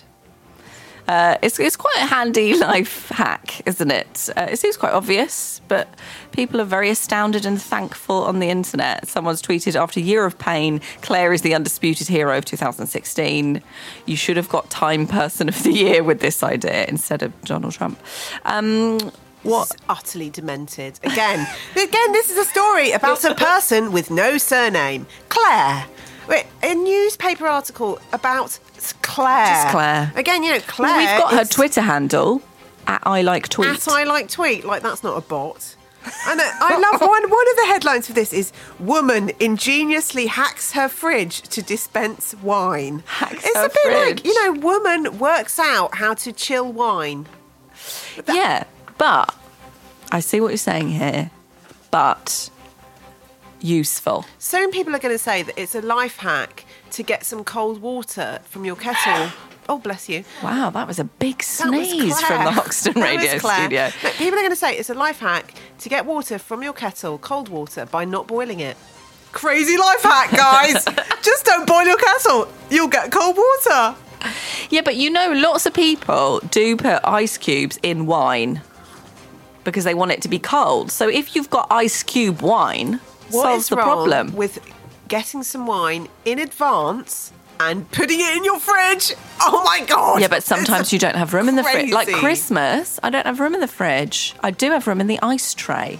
A: Uh, it's, it's quite a handy life hack, isn't it? Uh, it seems quite obvious, but people are very astounded and thankful on the internet. Someone's tweeted after a year of pain, Claire is the undisputed hero of 2016. You should have got Time Person of the Year with this idea instead of Donald Trump. Um,
D: What utterly demented. Again, again, this is a story about a person with no surname, Claire. Wait, A newspaper article about s- Claire.
A: Just Claire.
D: Again, you know, Claire.
A: well, we've got her
D: is
A: Twitter handle at I like tweet.
D: At I like tweet. Like that's not a bot. And I, I love one. One of the headlines for this is "Woman ingeniously hacks her fridge to dispense wine."
A: Hacks
D: it's
A: her
D: a bit like you know,
A: fridge.
D: woman works out how to chill wine.
A: Yeah, but I see what you're saying here, but useful.
D: Some people are going to say that it's a life hack to get some cold water from your kettle. Oh, bless you.
A: Wow, that was a big
D: That was
A: sneeze
D: Claire.
A: from the Hoxton
D: That was
A: Radio
D: Claire.
A: Studio.
D: Look, people are going to say it's a life hack to get water from your kettle, cold water, by not boiling it. Crazy life hack, guys. Just don't boil your kettle. You'll get cold water.
A: Yeah, but you know, lots of people do put ice cubes in wine because they want it to be cold. So if you've got ice cube wine,
D: What
A: solves
D: is
A: the
D: wrong
A: problem.
D: with getting some wine in advance and putting it in your fridge? Oh my god.
A: yeah, but sometimes you don't have room in the fridge. Like
D: crazy.
A: Christmas, I don't have room in the fridge. I do have room in the ice tray.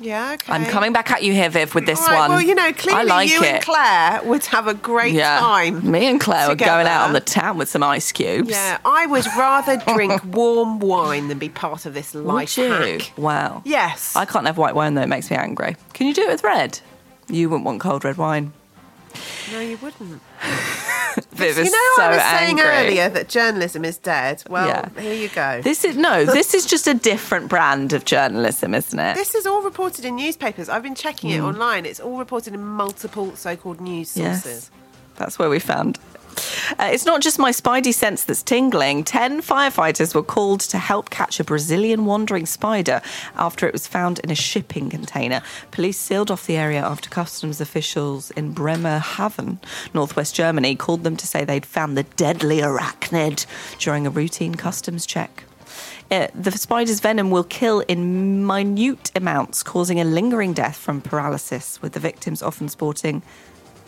D: Yeah, okay.
A: I'm coming back at you here, Viv, with this
D: All right,
A: one.
D: Well, you know,
A: I
D: clearly
A: like
D: you
A: it.
D: and Claire would have a great
A: yeah.
D: time.
A: Me and Claire were going out on
D: together.
A: the town with some ice cubes.
D: Yeah, I would rather drink warm wine than be part of this life
A: Would you?
D: hack.
A: Wow.
D: Yes.
A: I can't have white wine though, it makes me angry. Can you do it with red? You wouldn't want cold red wine.
D: No, you wouldn't.
A: Viv
D: you
A: is
D: know,
A: so
D: I was saying
A: angry.
D: earlier that journalism is dead. Well,
A: Yeah.
D: here you go. This,
A: This is no, this is just a different brand of journalism, isn't it?
D: is all reported in newspapers. I've been checking
A: Hmm.
D: it online. It's all reported in multiple so-called news sources.
A: That's where we found. Uh, it's not just my spidey sense that's tingling. Ten firefighters were called to help catch a Brazilian wandering spider after it was found in a shipping container. Police sealed off the area after customs officials in Bremerhaven, northwest Germany, called them to say they'd found the deadly arachnid during a routine customs check. Uh, the spider's venom will kill in minute amounts, causing a lingering death from paralysis, with the victims often sporting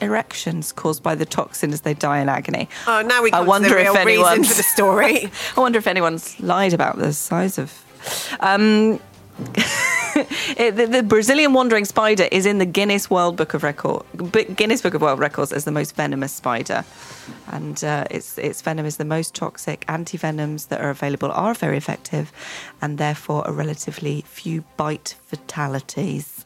A: erections caused by the toxin as they die in agony.
D: Oh, now we
A: I
D: come
A: wonder
D: to the
A: if
D: real reason
A: anyone's-
D: for the story.
A: I wonder if anyone's lied about the size of. Um, it- the, the Brazilian wandering spider is in the Guinness World Book of Record, B- Guinness Book of World Records as the most venomous spider, and uh, its its venom is the most toxic. Anti venoms that are available are very effective, and therefore are relatively few bite fatalities.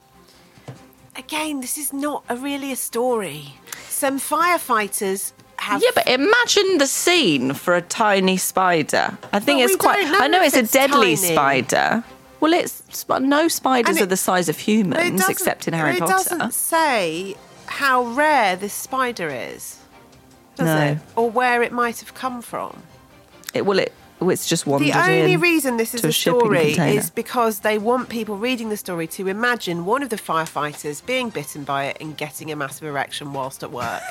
D: Again, this is not a really a story. Some firefighters have
A: Yeah, but imagine the scene for a tiny spider. I think
D: But
A: it's
D: we
A: quite.
D: don't know
A: I know
D: if
A: it's a
D: it's tiny.
A: deadly spider. Well, it's sp- no spiders
D: And it-
A: are the size of
D: But it
A: humans,
D: doesn't-
A: except in Harry
D: it
A: Potter.
D: doesn't say how rare this spider is, does
A: No.
D: it? Or where it might have come from.
A: It will it it's just wandered
D: The only
A: in
D: reason this is
A: to
D: a
A: shipping
D: story
A: container.
D: is because they want people reading the story to imagine one of the firefighters being bitten by it and getting a massive erection whilst at work.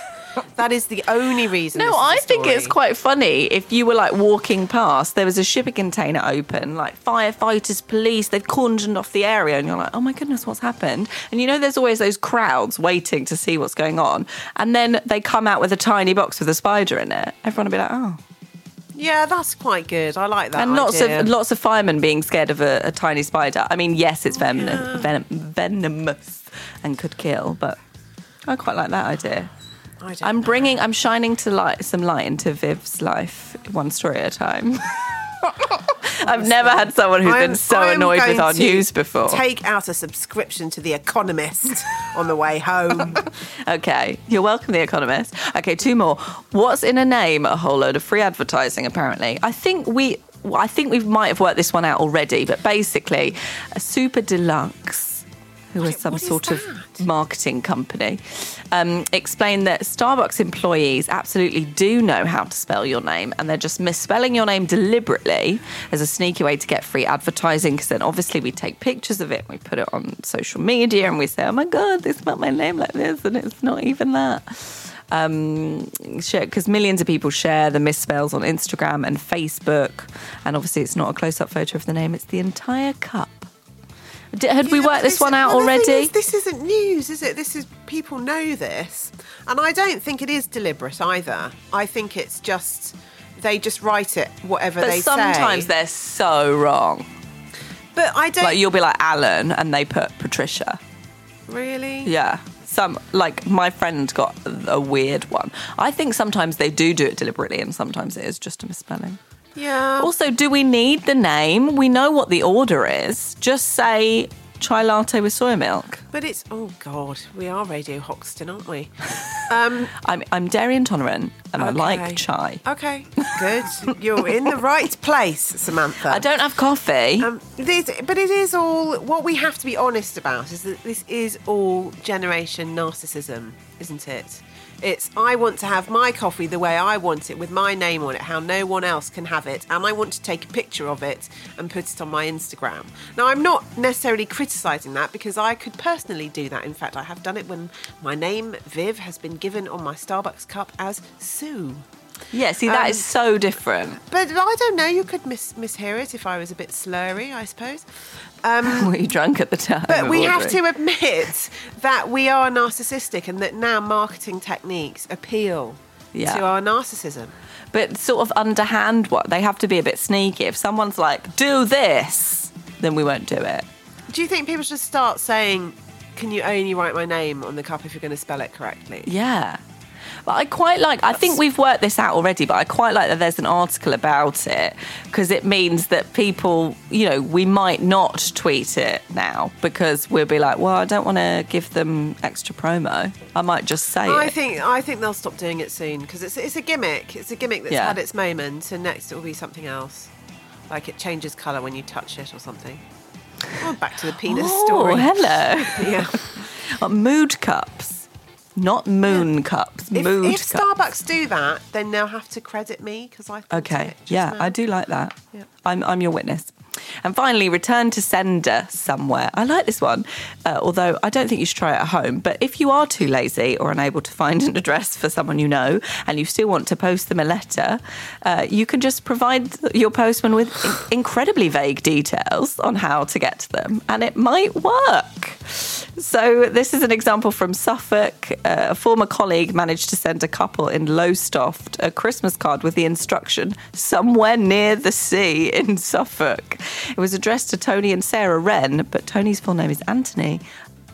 D: that is the only reason.
A: No,
D: this is a
A: I think it's
D: story.
A: quite funny if you were like walking past, there was a shipping container open, like firefighters, police, they'd cordoned off the area, and you're like, oh my goodness, what's happened? And you know, there's always those crowds waiting to see what's going on. And then they come out with a tiny box with a spider in it. Everyone would be like, oh.
D: Yeah, that's quite good. I like that.
A: And lots
D: idea.
A: of lots of firemen being scared of a, a tiny spider. I mean, yes, it's venom, venom, venomous and could kill, but I quite like that idea.
D: I don't
A: I'm
D: know.
A: bringing, I'm shining to light some light into Viv's life, one story at a time. I've never had someone who's
D: I'm-
A: been so
D: I'm
A: annoyed
D: going
A: with our
D: to
A: news before.
D: Take out a subscription to The Economist on the way home.
A: okay, you're welcome, The Economist. Okay, two more. What's in a name? A whole load of free advertising, apparently. I think we, I think we might have worked this one out already, but basically, a super deluxe. who are some
D: what is
A: sort
D: that?
A: of marketing company, um, explained that Starbucks employees absolutely do know how to spell your name and they're just misspelling your name deliberately as a sneaky way to get free advertising because then obviously we take pictures of it and we put it on social media and we say, oh my God, they spelled my name like this and it's not even that share because millions of people share the misspells on Instagram and Facebook, and obviously it's not a close-up photo of the name; it's the entire cup. Did, had we
D: Yeah,
A: worked
D: but
A: this one out
D: well, the thing
A: already?
D: is, this isn't news, is it? This is people know this, and I don't think it is deliberate either. I think it's just they just write it whatever
A: but
D: they
A: sometimes
D: say.
A: they're so wrong.
D: But I don't
A: Like you'll be like Alan, and they put Patricia.
D: really.
A: Yeah. Some like my friend got a weird one. I think sometimes they do do it deliberately, and sometimes it is just a misspelling.
D: Yeah.
A: Also, do we need the name? We know what the order is. Just say chai latte with soy milk.
D: but it's oh god, we are Radio Hoxton, aren't we?
A: I'm, I'm dairy intolerant and I
D: Okay.
A: like chai.
D: Okay, good. You're in the right place, Samantha.
A: I don't have coffee.
D: Um, this, but it is all what we have to be honest about is that this is all generation narcissism, isn't it? It's I want to have my coffee the way I want it, with my name on it, how no one else can have it, and I want to take a picture of it and put it on my Instagram. Now, I'm not necessarily criticising that because I could personally do that. In fact, I have done it when my name Viv has been given on my Starbucks cup as Sue.
A: yeah, see, that
D: um,
A: is so different.
D: But I don't know. You could mis- mishear it if I was a bit slurry, I suppose.
A: Were you drunk at the time?
D: But we have
A: Audrey?
D: to admit that we are narcissistic and that now marketing techniques appeal
A: Yeah.
D: to our narcissism.
A: But sort of underhand what? They have to be a bit sneaky. If someone's like, do this, then we won't do it.
D: Do you think people should start saying, can you only write my name on the cup if you're going to spell it correctly?
A: Yeah. But I quite like, I think we've worked this out already, but I quite like that there's an article about it because it means that people, you know, we might not tweet it now because we'll be like, well, I don't want to give them extra promo. I might just say
D: I
A: it.
D: think I think they'll stop doing it soon because it's it's a gimmick. It's a gimmick that's
A: Yeah.
D: had its moment, and next it will be something else, like it changes colour when you touch it or something. Oh, back to the penis
A: oh,
D: story.
A: hello.
D: Yeah.
A: Uh, mood cups, not moon cups.
D: If,
A: mood
D: if
A: cups.
D: Starbucks do that, then they'll have to credit me because I. thought of
A: Okay.
D: it just
A: Yeah,
D: now.
A: I do like that.
D: Yeah.
A: I'm, I'm your witness. And finally, return to sender somewhere. I like this one, uh, although I don't think you should try it at home. But if you are too lazy or unable to find an address for someone you know and you still want to post them a letter, uh, you can just provide your postman with in- incredibly vague details on how to get to them, and it might work. So, this is an example from Suffolk. Uh, a former colleague managed to send a couple in Lowestoft a Christmas card with the instruction, somewhere near the sea in Suffolk. It was addressed to Tony and Sarah Wren, but Tony's full name is Anthony.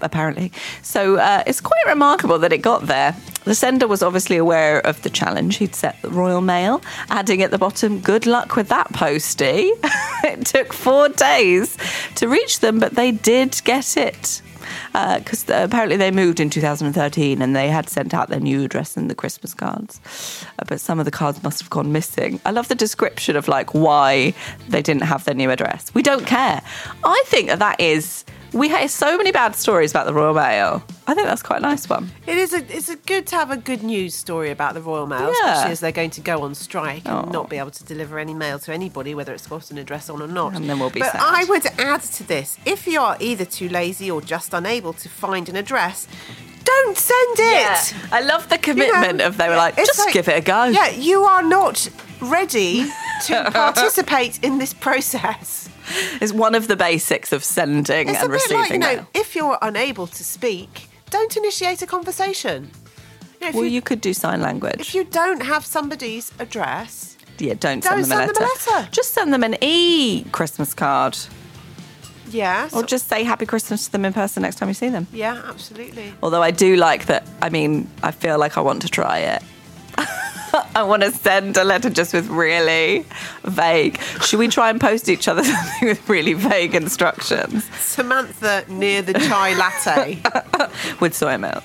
A: Apparently. So uh, it's quite remarkable that it got there. The sender was obviously aware of the challenge he'd set the Royal Mail, adding at the bottom, Good luck with that, Postie. it took four days to reach them, but they did get it because Uh, apparently they moved in 2013 and they had sent out their new address and the Christmas cards. Uh, but some of the cards must have gone missing. I love the description of like why they didn't have their new address. We don't care. I think that that is We hear so many bad stories about the Royal Mail. I think that's quite a nice one.
D: It is a, it's a good to have a good news story about the Royal Mail,
A: Yeah.
D: especially as they're going to go on strike
A: Oh.
D: and not be able to deliver any mail to anybody, whether it's got an address on or not.
A: And then we'll be
D: But
A: sad.
D: I would add to this: if you are either too lazy or just unable to find an address, don't send it.
A: I love the
D: You know,
A: commitment of they were like,
D: it's
A: just give it a go.
D: Yeah, you are not ready to participate in this process.
A: It's one of the basics of sending
D: It's
A: and
D: a bit
A: receiving
D: like, you know,
A: mail.
D: if you're unable to speak, don't initiate a conversation. You know, if
A: Well,
D: you
A: you could do sign
D: If
A: language.
D: you don't have somebody's address,
A: yeah, don't,
D: Don't
A: send, them, a
D: send them a letter.
A: Just send them an e Christmas card,
D: yeah,
A: or
D: so-
A: just say Happy Christmas to them in person next time you see them.
D: yeah, absolutely.
A: Although I do like that. I mean, I feel like I want to try it. I want to send a letter just with really vague. Should we try and post each other something with really vague instructions
D: Samantha near the chai latte.
A: with soy milk?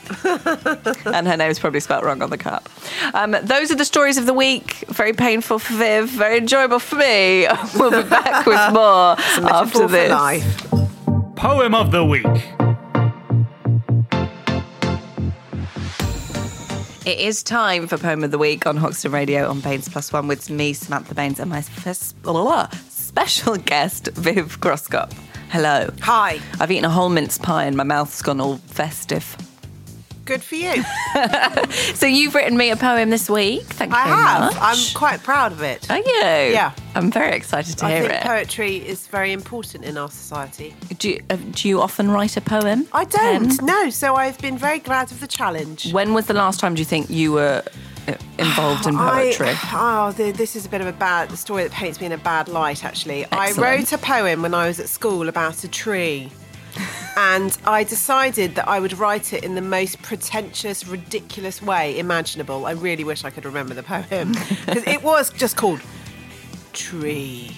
A: and her name's probably spelt wrong on the cup. Um, those are the stories of the week. Very painful for Viv, very enjoyable for me. We'll be back with more after
D: Metaphor for
A: this.
D: life.
C: Poem of the week.
A: It is time for Poem of the Week on Hoxton Radio on Baines Plus One with me, Samantha Baines, and my fes- blah, blah, blah, special guest, Viv Groscop. Hello.
D: Hi,
A: I've eaten a whole mince pie and my mouth's gone all festive.
D: good for you.
A: So you've written me a poem this week. Thank you
D: I
A: very
D: have.
A: much.
D: I'm quite proud of it.
A: Are you?
D: Yeah.
A: I'm very excited to
D: I
A: hear
D: think
A: it.
D: poetry is very important in our society.
A: do, you, uh, do you often write a poem?
D: I don't
A: Pen?
D: know, so I've been very glad of the challenge.
A: When was the last time do you think you were uh, involved in poetry?
D: I, oh, th this is a bit of a bad story that paints me in a bad light, actually. I
A: Excellent.
D: wrote a poem when I was at school about a tree. and I decided that I would write it in the most pretentious, ridiculous way imaginable. I really wish I could remember the poem. 'Cause it was just called Tree.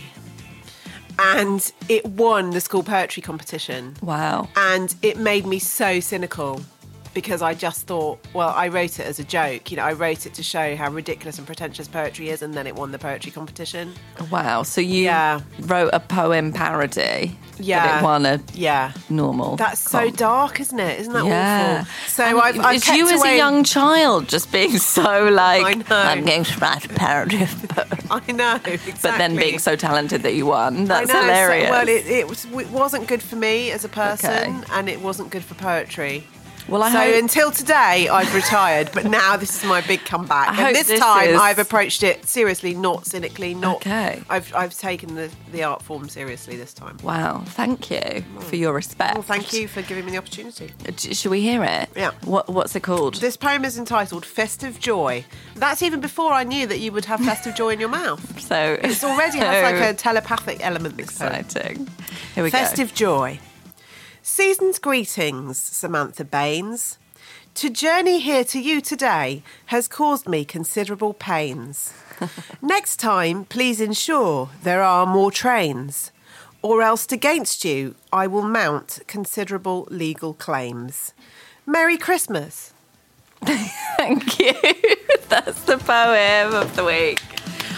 D: And it won the school poetry competition
A: wow.
D: and it made me so cynical because I just thought, well, I wrote it as a joke. You know, I wrote it to show how ridiculous and pretentious poetry is, and then it won the poetry competition.
A: Wow. So you
D: Yeah.
A: wrote a poem parody.
D: Yeah.
A: But it won a
D: Yeah.
A: normal.
D: That's so
A: comp.
D: dark, isn't it? Isn't that
A: Yeah.
D: awful? So
A: And
D: I've, I've
A: it's
D: kept
A: you as
D: away-
A: a young child just being so
D: I
A: like
D: know.
A: I'm going to write a parody of poetry.
D: I know, exactly.
A: But then being so talented that you won.
D: I
A: That's
D: know, so-
A: hilarious.
D: well, it, it, was, it wasn't good for me as a person,
A: Okay.
D: and it wasn't good for poetry.
A: Well, I
D: so
A: hope-
D: until today, I've retired, but now this is my big comeback.
A: I hope
D: and this,
A: this
D: time,
A: is-
D: I've approached it seriously, not cynically, not.
A: Okay.
D: I've I've taken the, the art form seriously this time.
A: Wow, thank you for your respect.
D: Mm. Well, thank you for giving me the opportunity.
A: D- Should we hear it?
D: Yeah.
A: What What's it called?
D: This poem is entitled "Festive Joy." That's even before I knew that you would have festive joy in your mouth.
A: so
D: It already has like a telepathic element. This poem.
A: Oh. exciting. Here we
D: Festive joy. Season's greetings, Samantha Baines. To journey here to you today has caused me considerable pains. Next time, please ensure there are more trains, or else against you I will mount considerable legal claims. Merry Christmas.
A: go. Thank you. That's the poem of the week.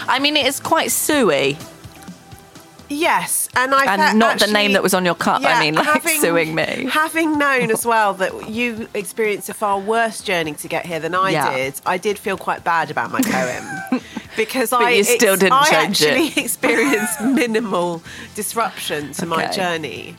A: I mean, it is quite suey,
D: Yes, and I
A: and
D: fe-
A: not the
D: actually-
A: name that was on your cup.
D: Yeah,
A: I mean, like
D: having-
A: suing me.
D: Having known as well that you experienced a far worse journey to get here than I
A: Yeah.
D: did, I did feel quite bad about my poem because I
A: you still didn't
D: I
A: change it.
D: actually experienced minimal disruption to my
A: Okay.
D: journey.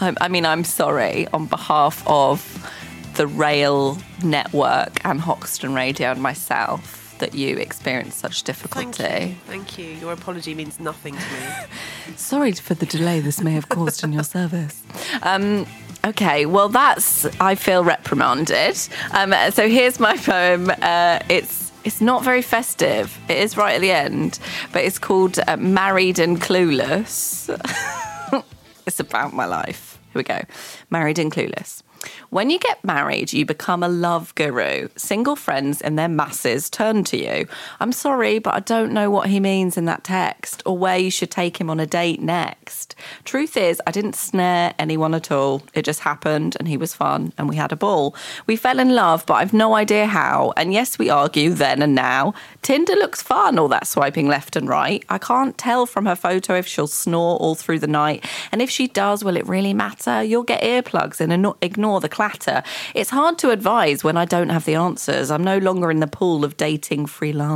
A: I, I mean, I'm sorry on behalf of the rail network and Hoxton Radio and myself that you experienced such
D: Thank
A: difficulty.
D: you. Thank you. Your apology means nothing to me.
A: Sorry for the delay this may have caused in your service. Um, okay, well, that's, I feel reprimanded. Um, so here's my poem. Uh, it's, it's not very festive. It is right at the end, but it's called uh, Married and Clueless. it's about my life. Here we go. Married and Clueless. When you get married, you become a love guru. Single friends in their masses turn to you. I'm sorry, but I don't know what he means in that text or where you should take him on a date next. Truth is, I didn't snare anyone at all. It just happened and he was fun and we had a ball. We fell in love, but I've no idea how. And yes, we argue then and now. Tinder looks fun, all that swiping left and right. I can't tell from her photo if she'll snore all through the night. And if she does, will it really matter? You'll get earplugs and igno- ignore the clatter. It's hard to advise when I don't have the answers. I'm no longer in the pool of dating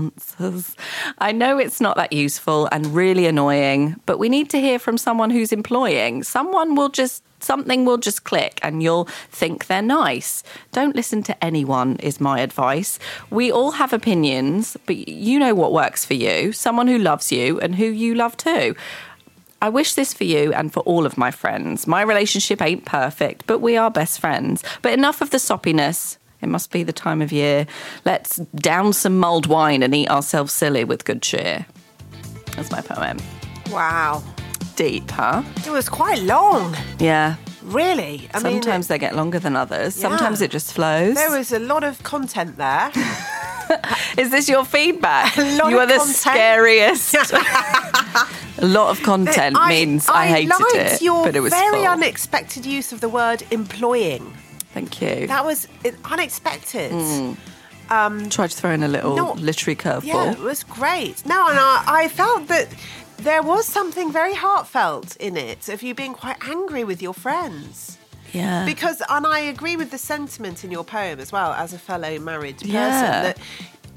A: freelancers. I know it's not that useful and really annoying, but we need to hear from someone who's employing. Someone will just. Something will just click and you'll think they're nice. Don't listen to anyone, is my advice. We all have opinions, but you know what works for you someone who loves you and who you love too. I wish this for you and for all of my friends. My relationship ain't perfect, but we are best friends. But enough of the soppiness. It must be the time of year. Let's down some mulled wine and eat ourselves silly with good cheer. That's my poem.
D: Wow.
A: Deep, huh?
D: It was quite long,
A: Yeah.
D: really. I mean,
A: Sometimes they get longer than others. Sometimes
D: Yeah.
A: it just flows.
D: there was a lot of content there.
A: Is this your feedback?
D: lot
A: you
D: of
A: are the
D: content.
A: scariest. A lot of content means I, hated
D: liked
A: it,
D: your
A: but it was
D: very
A: full.
D: unexpected use of the word employing.
A: Thank you.
D: That was uh, unexpected.
A: Mm, Tried to throw in a little
D: No.
A: literary curveball.
D: Yeah, it was great. No, and I, I felt that there was something very heartfelt in it of you being quite angry with your friends.
A: Yeah.
D: Because, and I agree with the sentiment in your poem as well, as a fellow married person,
A: Yeah.
D: that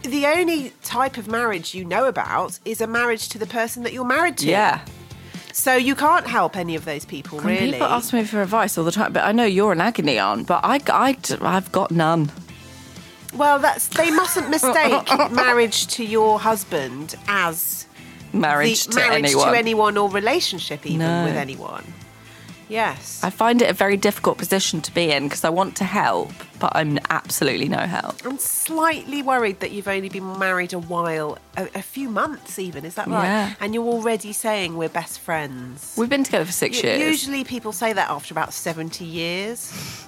D: the only type of marriage you know about is a marriage to the person that you're married to.
A: yeah.
D: So you can't help any of those people,
A: And
D: really.
A: People ask me for advice all the time, but I know you're an agony aunt, but I, I, have got none.
D: well, that's they mustn't mistake marriage to your husband as
A: Marriage,
D: the
A: to,
D: marriage
A: anyone.
D: to anyone or relationship even
A: No.
D: with anyone. Yes.
A: I find it a very difficult position to be in because I want to help, but I'm absolutely no help.
D: I'm slightly worried that you've only been married a while, a, a few months even, is that right?
A: Yeah.
D: And you're already saying we're best friends.
A: We've been together for six
D: U-
A: years.
D: Usually people say that after about 70 years.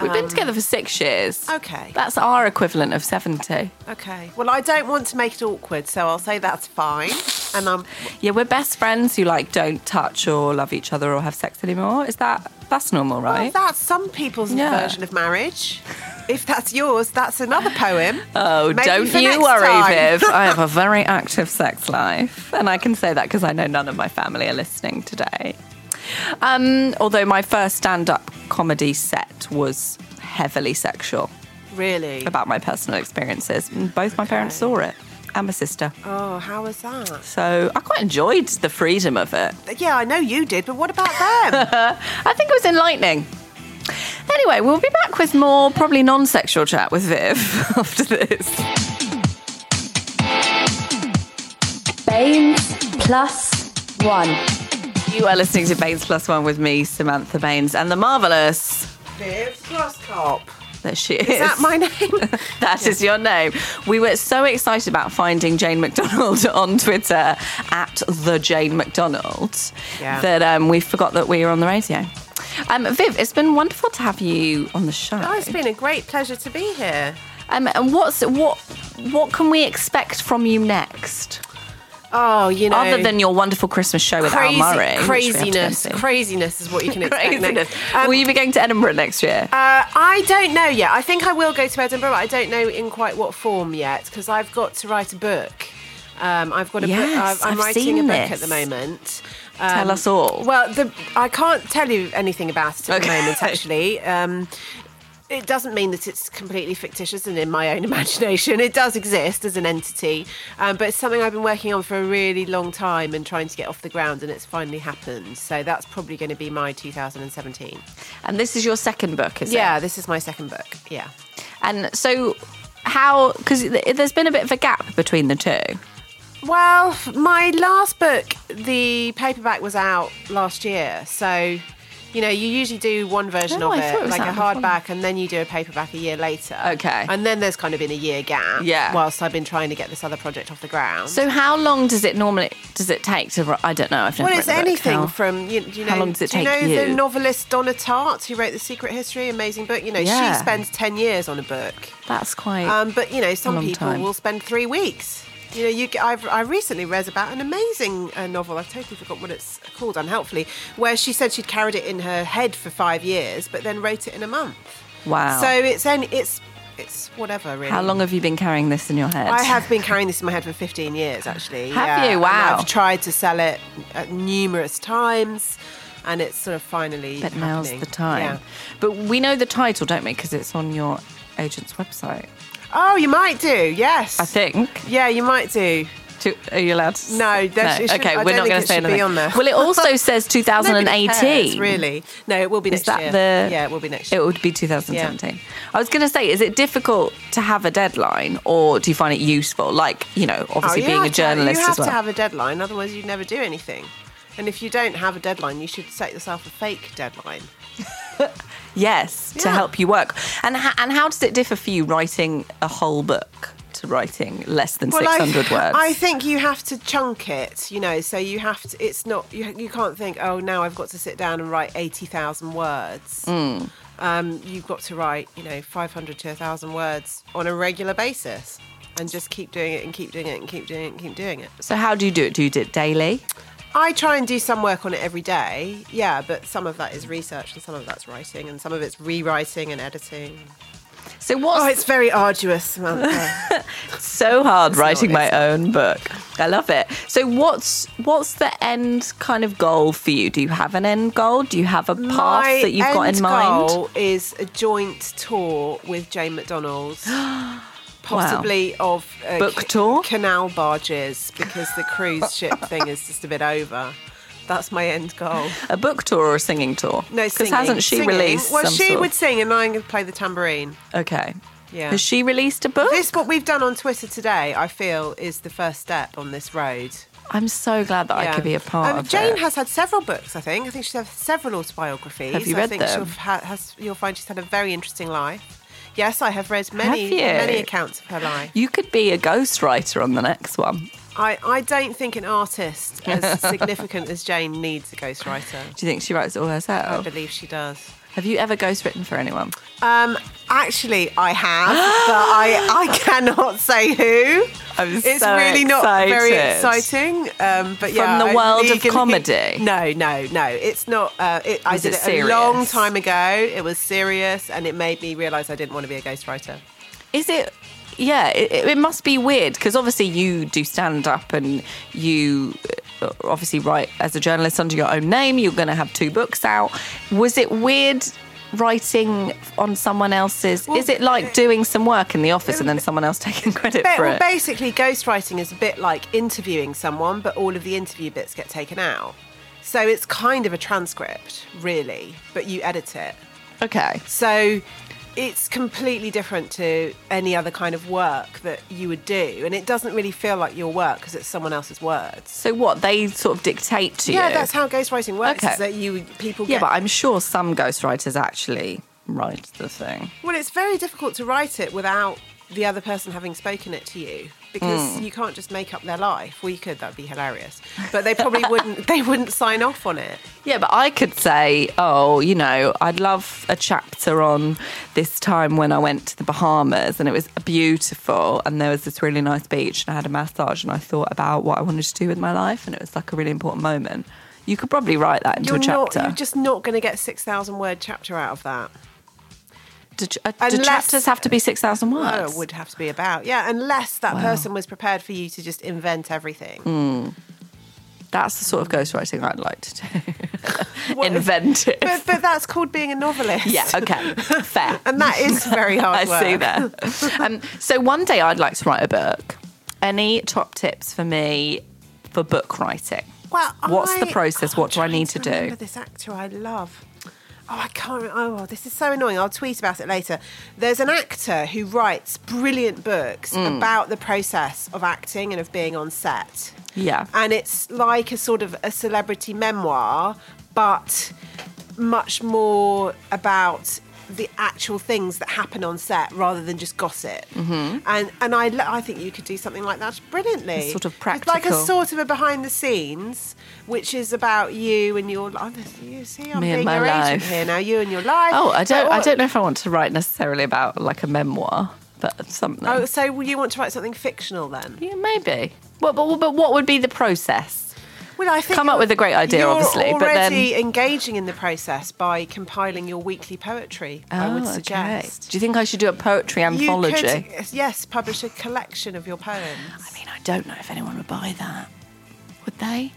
A: We've been together for six years.
D: Okay.
A: That's our equivalent of 70.
D: Okay. Well, I don't want to make it awkward, so I'll say that's fine. And I'm
A: Yeah, we're best friends who like don't touch or love each other or have sex anymore. Is that, that's normal,
D: well,
A: right?
D: that's some people's
A: Yeah.
D: version of marriage. If that's yours, that's another poem.
A: Oh,
D: Maybe
A: don't
D: for
A: you
D: next
A: worry,
D: time.
A: Viv. I have a very active sex life. And I can say that because I know none of my family are listening today. Um, although my first stand up comedy set was heavily sexual
D: Really?
A: about my personal experiences. And Both my parents saw it and my sister.
D: Oh, how was that?
A: So I quite enjoyed the freedom of it.
D: Yeah, I know you did, but what about them?
A: I think it was enlightening. Anyway, we'll be back with more probably non sexual chat with Viv after this.
E: Baines plus one.
A: You are listening to Baines Plus One with me, Samantha Baines, and the marvellous.
D: Viv Glasscarp.
A: There she is.
D: Is that my name?
A: That is your name. We were so excited about finding Jane McDonald on Twitter at the Jane McDonald
D: Yeah.
A: that um, we forgot that we were on the radio. Um, Viv, it's been wonderful to have you on the show.
D: Oh, it's been a great pleasure to be here.
A: um, and what's what? What can we expect from you next,
D: Oh, you know,
A: other than your wonderful Christmas show with
D: crazy,
A: Al Murray? which we have to go
D: craziness,
A: and see.
D: craziness is what you can expect.
A: Craziness.
D: next. Um,
A: Will you be going to Edinburgh next year?
D: uh, I don't know yet. I think I will go to Edinburgh. But I don't know in quite what form yet because I've got to write a book. Um, I've got a book.
A: Yes,
D: I've, I'm
A: I've
D: writing
A: seen
D: a book
A: this.
D: at the moment.
A: Tell us all.
D: um, Well, the, I can't tell you anything about it at the
A: Okay.
D: moment, actually. Um, it doesn't mean that it's completely fictitious and in my own imagination. It does exist as an entity, um, but it's something I've been working on for a really long time and trying to get off the ground, and it's finally happened. So that's probably going to be my 2017.
A: and this is your second book, is it?
D: Yeah, this is my second book. Yeah.
A: And so, how? Because there's been a bit of a gap between the two.
D: Well, my last book, the paperback was out last year, so You know, you usually do one version
A: No,
D: of
A: Oh, I
D: it,
A: thought it was
D: like a
A: that before.
D: hardback, and then you do a paperback a year later.
A: Okay.
D: And then there's kind of been a year gap.
A: Yeah.
D: Whilst I've been trying to get this other project off the ground.
A: So how long does it normally does it take to? wri- I don't know. I've never
D: well, it's
A: written a book. Oh,
D: anything
A: How-
D: from you, you know.
A: how long does it
D: do you
A: take
D: know
A: you?
D: the novelist Donna Tartt, who wrote *The Secret History*? Amazing book. You know,
A: Yeah.
D: she spends ten years on a book.
A: That's quite.
D: Um, but you know, some
A: long
D: people
A: time.
D: will spend three weeks. You know, you, g- I've, I recently read about an amazing uh, novel. I've totally forgotten what it's called, unhelpfully, where she said she'd carried it in her head for five years, but then wrote it in a month.
A: wow.
D: So it's any, it's it's whatever really.
A: how long have you been carrying this in your head?
D: I have been carrying this in my head for 15 years, actually.
A: Have
D: yeah.
A: you?
D: And
A: Wow.
D: I've tried to sell it uh, numerous times, and it's sort of finally.
A: But now's
D: happening.
A: the time.
D: Yeah.
A: But we know the title, don't we? Because it's on your agent's website.
D: Oh, you might do. Yes.
A: I think.
D: Yeah, you might do.
A: To, are you allowed? To,
D: No, that's- it shouldn't-
A: Okay,
D: I
A: we're
D: don't think
A: not going
D: it
A: to say
D: should be
A: anything.
D: on there.
A: Well, it also says
D: Nobody
A: 2018.
D: cares, really? No, it will be
A: Is
D: next
A: that
D: year.
A: the?
D: Yeah, it will be next
A: It
D: year.
A: would be 2017. I was going to say, is it difficult to have a deadline, or do you find it useful? Like, you know,
D: Oh,
A: obviously
D: you
A: being a
D: have to-
A: journalist
D: you have
A: as well.
D: to have a deadline, otherwise you'd never do anything. And if you don't have a deadline, you should set yourself a fake deadline.
A: yes, to
D: Yeah.
A: help you work. And ha- and how does it differ for you writing a whole book to writing less than 600
D: I,
A: words?
D: I think you have to chunk it, you know. So you have to. It's not you. You can't think. Oh, now I've got to sit down and write eighty thousand words.
A: Hmm.
D: Um, you've got to write, you know, five hundred to thousand words on a regular basis, and just keep doing it and keep doing it and keep doing it and keep doing it.
A: so how do you do it? Do you do it daily?
D: I try and do some work on it every day. Yeah, but some of that is research, and some of that's writing, and some of it's rewriting and editing.
A: So what's
D: Oh, it's very arduous, Samantha.
A: so hard writing
D: not,
A: my own book. I love it. So what's what's the end kind of goal for you? Do you have an end goal? Do you have a path
D: My
A: that you've got
D: end
A: in mind?
D: goal is a joint tour with Jane McDonald. Possibly of uh,
A: Book
D: ca-
A: tour?
D: canal barges because the cruise ship thing is just a bit over. That's my end goal.
A: A book tour or a singing tour?
D: No,
A: because
D: singing.
A: hasn't she
D: Singing.
A: released?
D: Well,
A: some
D: she
A: sort of-
D: would sing, and I'm going to play the tambourine.
A: Okay.
D: Yeah.
A: Has she released a book?
D: This what we've done on Twitter today. I feel is the first step on this road.
A: I'm so glad that I
D: Yeah.
A: could be a part
D: Um,
A: of
D: Jane
A: it.
D: has had several books, I think. I think she's had several autobiographies.
A: Have you
D: I
A: read
D: think
A: them?
D: She'll ha- has, you'll find she's had a very interesting life. Yes, I have read many,
A: you?
D: many accounts of her life.
A: you could be a ghostwriter on the next one.
D: I, I don't think an artist as significant as Jane needs a ghostwriter.
A: Do you think she writes it all
D: I
A: herself?
D: believe she does.
A: Have you ever ghostwritten for anyone?
D: Um, actually, I have, but I, I cannot say who.
A: I'm
D: it's
A: so
D: really not very
A: excited.
D: exciting. Um, but yeah,
A: the
D: I
A: world of
D: legally-
A: comedy?
D: No, no, no. It's not. Uh, it, I
A: Was
D: did
A: it
D: it, a long
A: serious?
D: time ago. It was serious, and it made me realise I didn't want to be a ghostwriter.
A: Is it? Yeah, it, it must be weird because obviously you do stand up and you uh, obviously write as a journalist under your own name. You're going to have two books out. Was it weird? Writing on someone else's. is it like doing some work in the office and then someone else taking credit
D: Ba-
A: for
D: well,
A: it?
D: basically, ghostwriting is a bit like interviewing someone, but all of the interview bits get taken out. So it's kind of a transcript, really, but you edit it.
A: okay.
D: So it's completely different to any other kind of work that you would do. And it doesn't really feel like your work because it's someone else's words.
A: So what they sort of dictate to
D: Yeah,
A: you?
D: that's how ghostwriting works.
A: Okay.
D: Is that you people
A: Yeah,
D: get.
A: but I'm sure some ghostwriters actually write the thing.
D: well, it's very difficult to write it without the other person having spoken it to you because
A: Hmm.
D: you can't just make up their life. Well, you could. That'd be hilarious. But they probably wouldn't. They wouldn't sign off on it.
A: Yeah, but I could say, oh, you know, I'd love a chapter on this time when I went to the Bahamas and it was beautiful and there was this really nice beach and I had a massage and I thought about what I wanted to do with my life and it was like a really important moment. You could probably write that into
D: You're
A: a
D: not.
A: chapter.
D: You're just not going to get a six thousand word chapter out of that.
A: do, ch- uh, do
D: Unless-
A: chapters have to be 6,000
D: Oh,
A: words?
D: it would have to be about. Yeah, unless that person was prepared for you to just invent everything.
A: Hmm. That's the sort of ghostwriting I'd like to do.
D: What-
A: Inventive.
D: but, but that's called being a novelist.
A: Yeah, okay, fair.
D: And that is very hard
A: I
D: work.
A: see that. Um, so one day I'd like to write a book. Any top tips for me for book writing?
D: Well,
A: What's the
D: I-
A: process?
D: I'm
A: What do I
D: trying
A: need to do?
D: remember This actor I love. Oh, I can't. Oh, this is so annoying. I'll tweet about it later. There's an actor who writes brilliant books
A: Mm.
D: about the process of acting and of being on set.
A: Yeah.
D: And it's like a sort of a celebrity memoir, but much more about the actual things that happen on set rather than just gossip.
A: Mm-hmm.
D: And and I lo- I think you could do something like that brilliantly.
A: A sort of
D: It's Like a
A: practical.
D: sort of a behind the scenes, which is about you and your life. You see, I'm
A: Me and
D: being
A: my
D: your agent
A: life.
D: here now. You and your life.
A: Oh, I don't.
D: But
A: I
D: what-
A: don't know if I want to write necessarily about like a memoir, but something.
D: Oh, so will you want to write something fictional then?
A: yeah, maybe. Well, but, but what would be the process?
D: Well, I think
A: Come up
D: you're-
A: with a great idea,
D: you're
A: obviously, but then-
D: already engaging in the process by compiling your weekly poetry. I would
A: Oh, Ah, okay.
D: suggest.
A: Do you think I should do a poetry anthology?
D: You could, yes, publish a collection of your poems.
A: I mean, I don't know if anyone would buy that. Would they?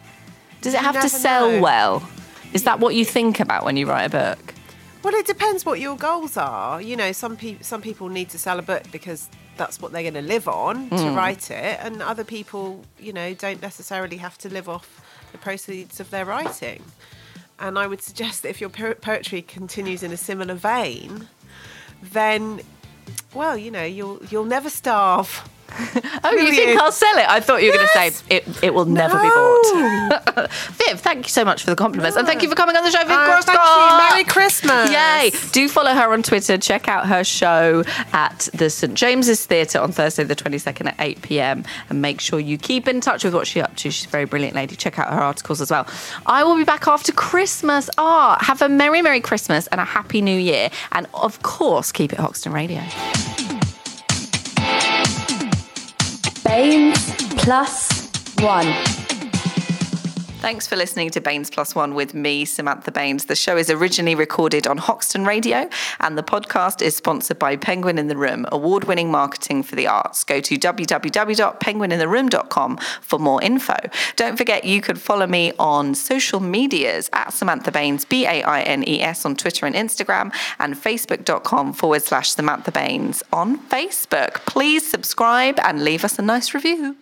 A: Does it have to
D: never
A: sell
D: know.
A: well? Is that what you think about when you write a book?
D: Well, it depends what your goals are. You know, some people some people need to sell a book because that's what they're going to live on to write it, and other people, you know, don't necessarily have to live off the proceeds of their writing. And I would suggest that if your po- poetry continues in a similar vein, then, well, you know, you'll you'll never starve.
A: Oh, you
D: Really
A: think
D: is.
A: I'll sell it? I thought you were going
D: Yes.
A: to say it, it will never be bought. Viv, thank you so much for the compliments. And thank you for coming on the show, Viv
D: Uh, thank you.
A: Grosskopf.
D: Merry Christmas.
A: Yay! Do follow her on Twitter. Check out her show at the St James's Theatre on Thursday, the 22nd at 8 pm. And make sure you keep in touch with what she's up to. She's a very brilliant lady. Check out her articles as well. I will be back after Christmas. Ah, have a Merry, Merry Christmas and a Happy New Year. And of course, keep it Hoxton Radio.
E: Baines plus one.
A: Thanks for listening to Baines Plus One with me, Samantha Baines. The show is originally recorded on Hoxton Radio, and the podcast is sponsored by Penguin in the Room, award winning marketing for the arts. Go to www.penguinintheroom.com for more info. Don't forget, you could follow me on social medias at Samantha Baines, B A I N E S, on Twitter and Instagram, and facebook.com forward slash Samantha Baines on Facebook. Please subscribe and leave us a nice review.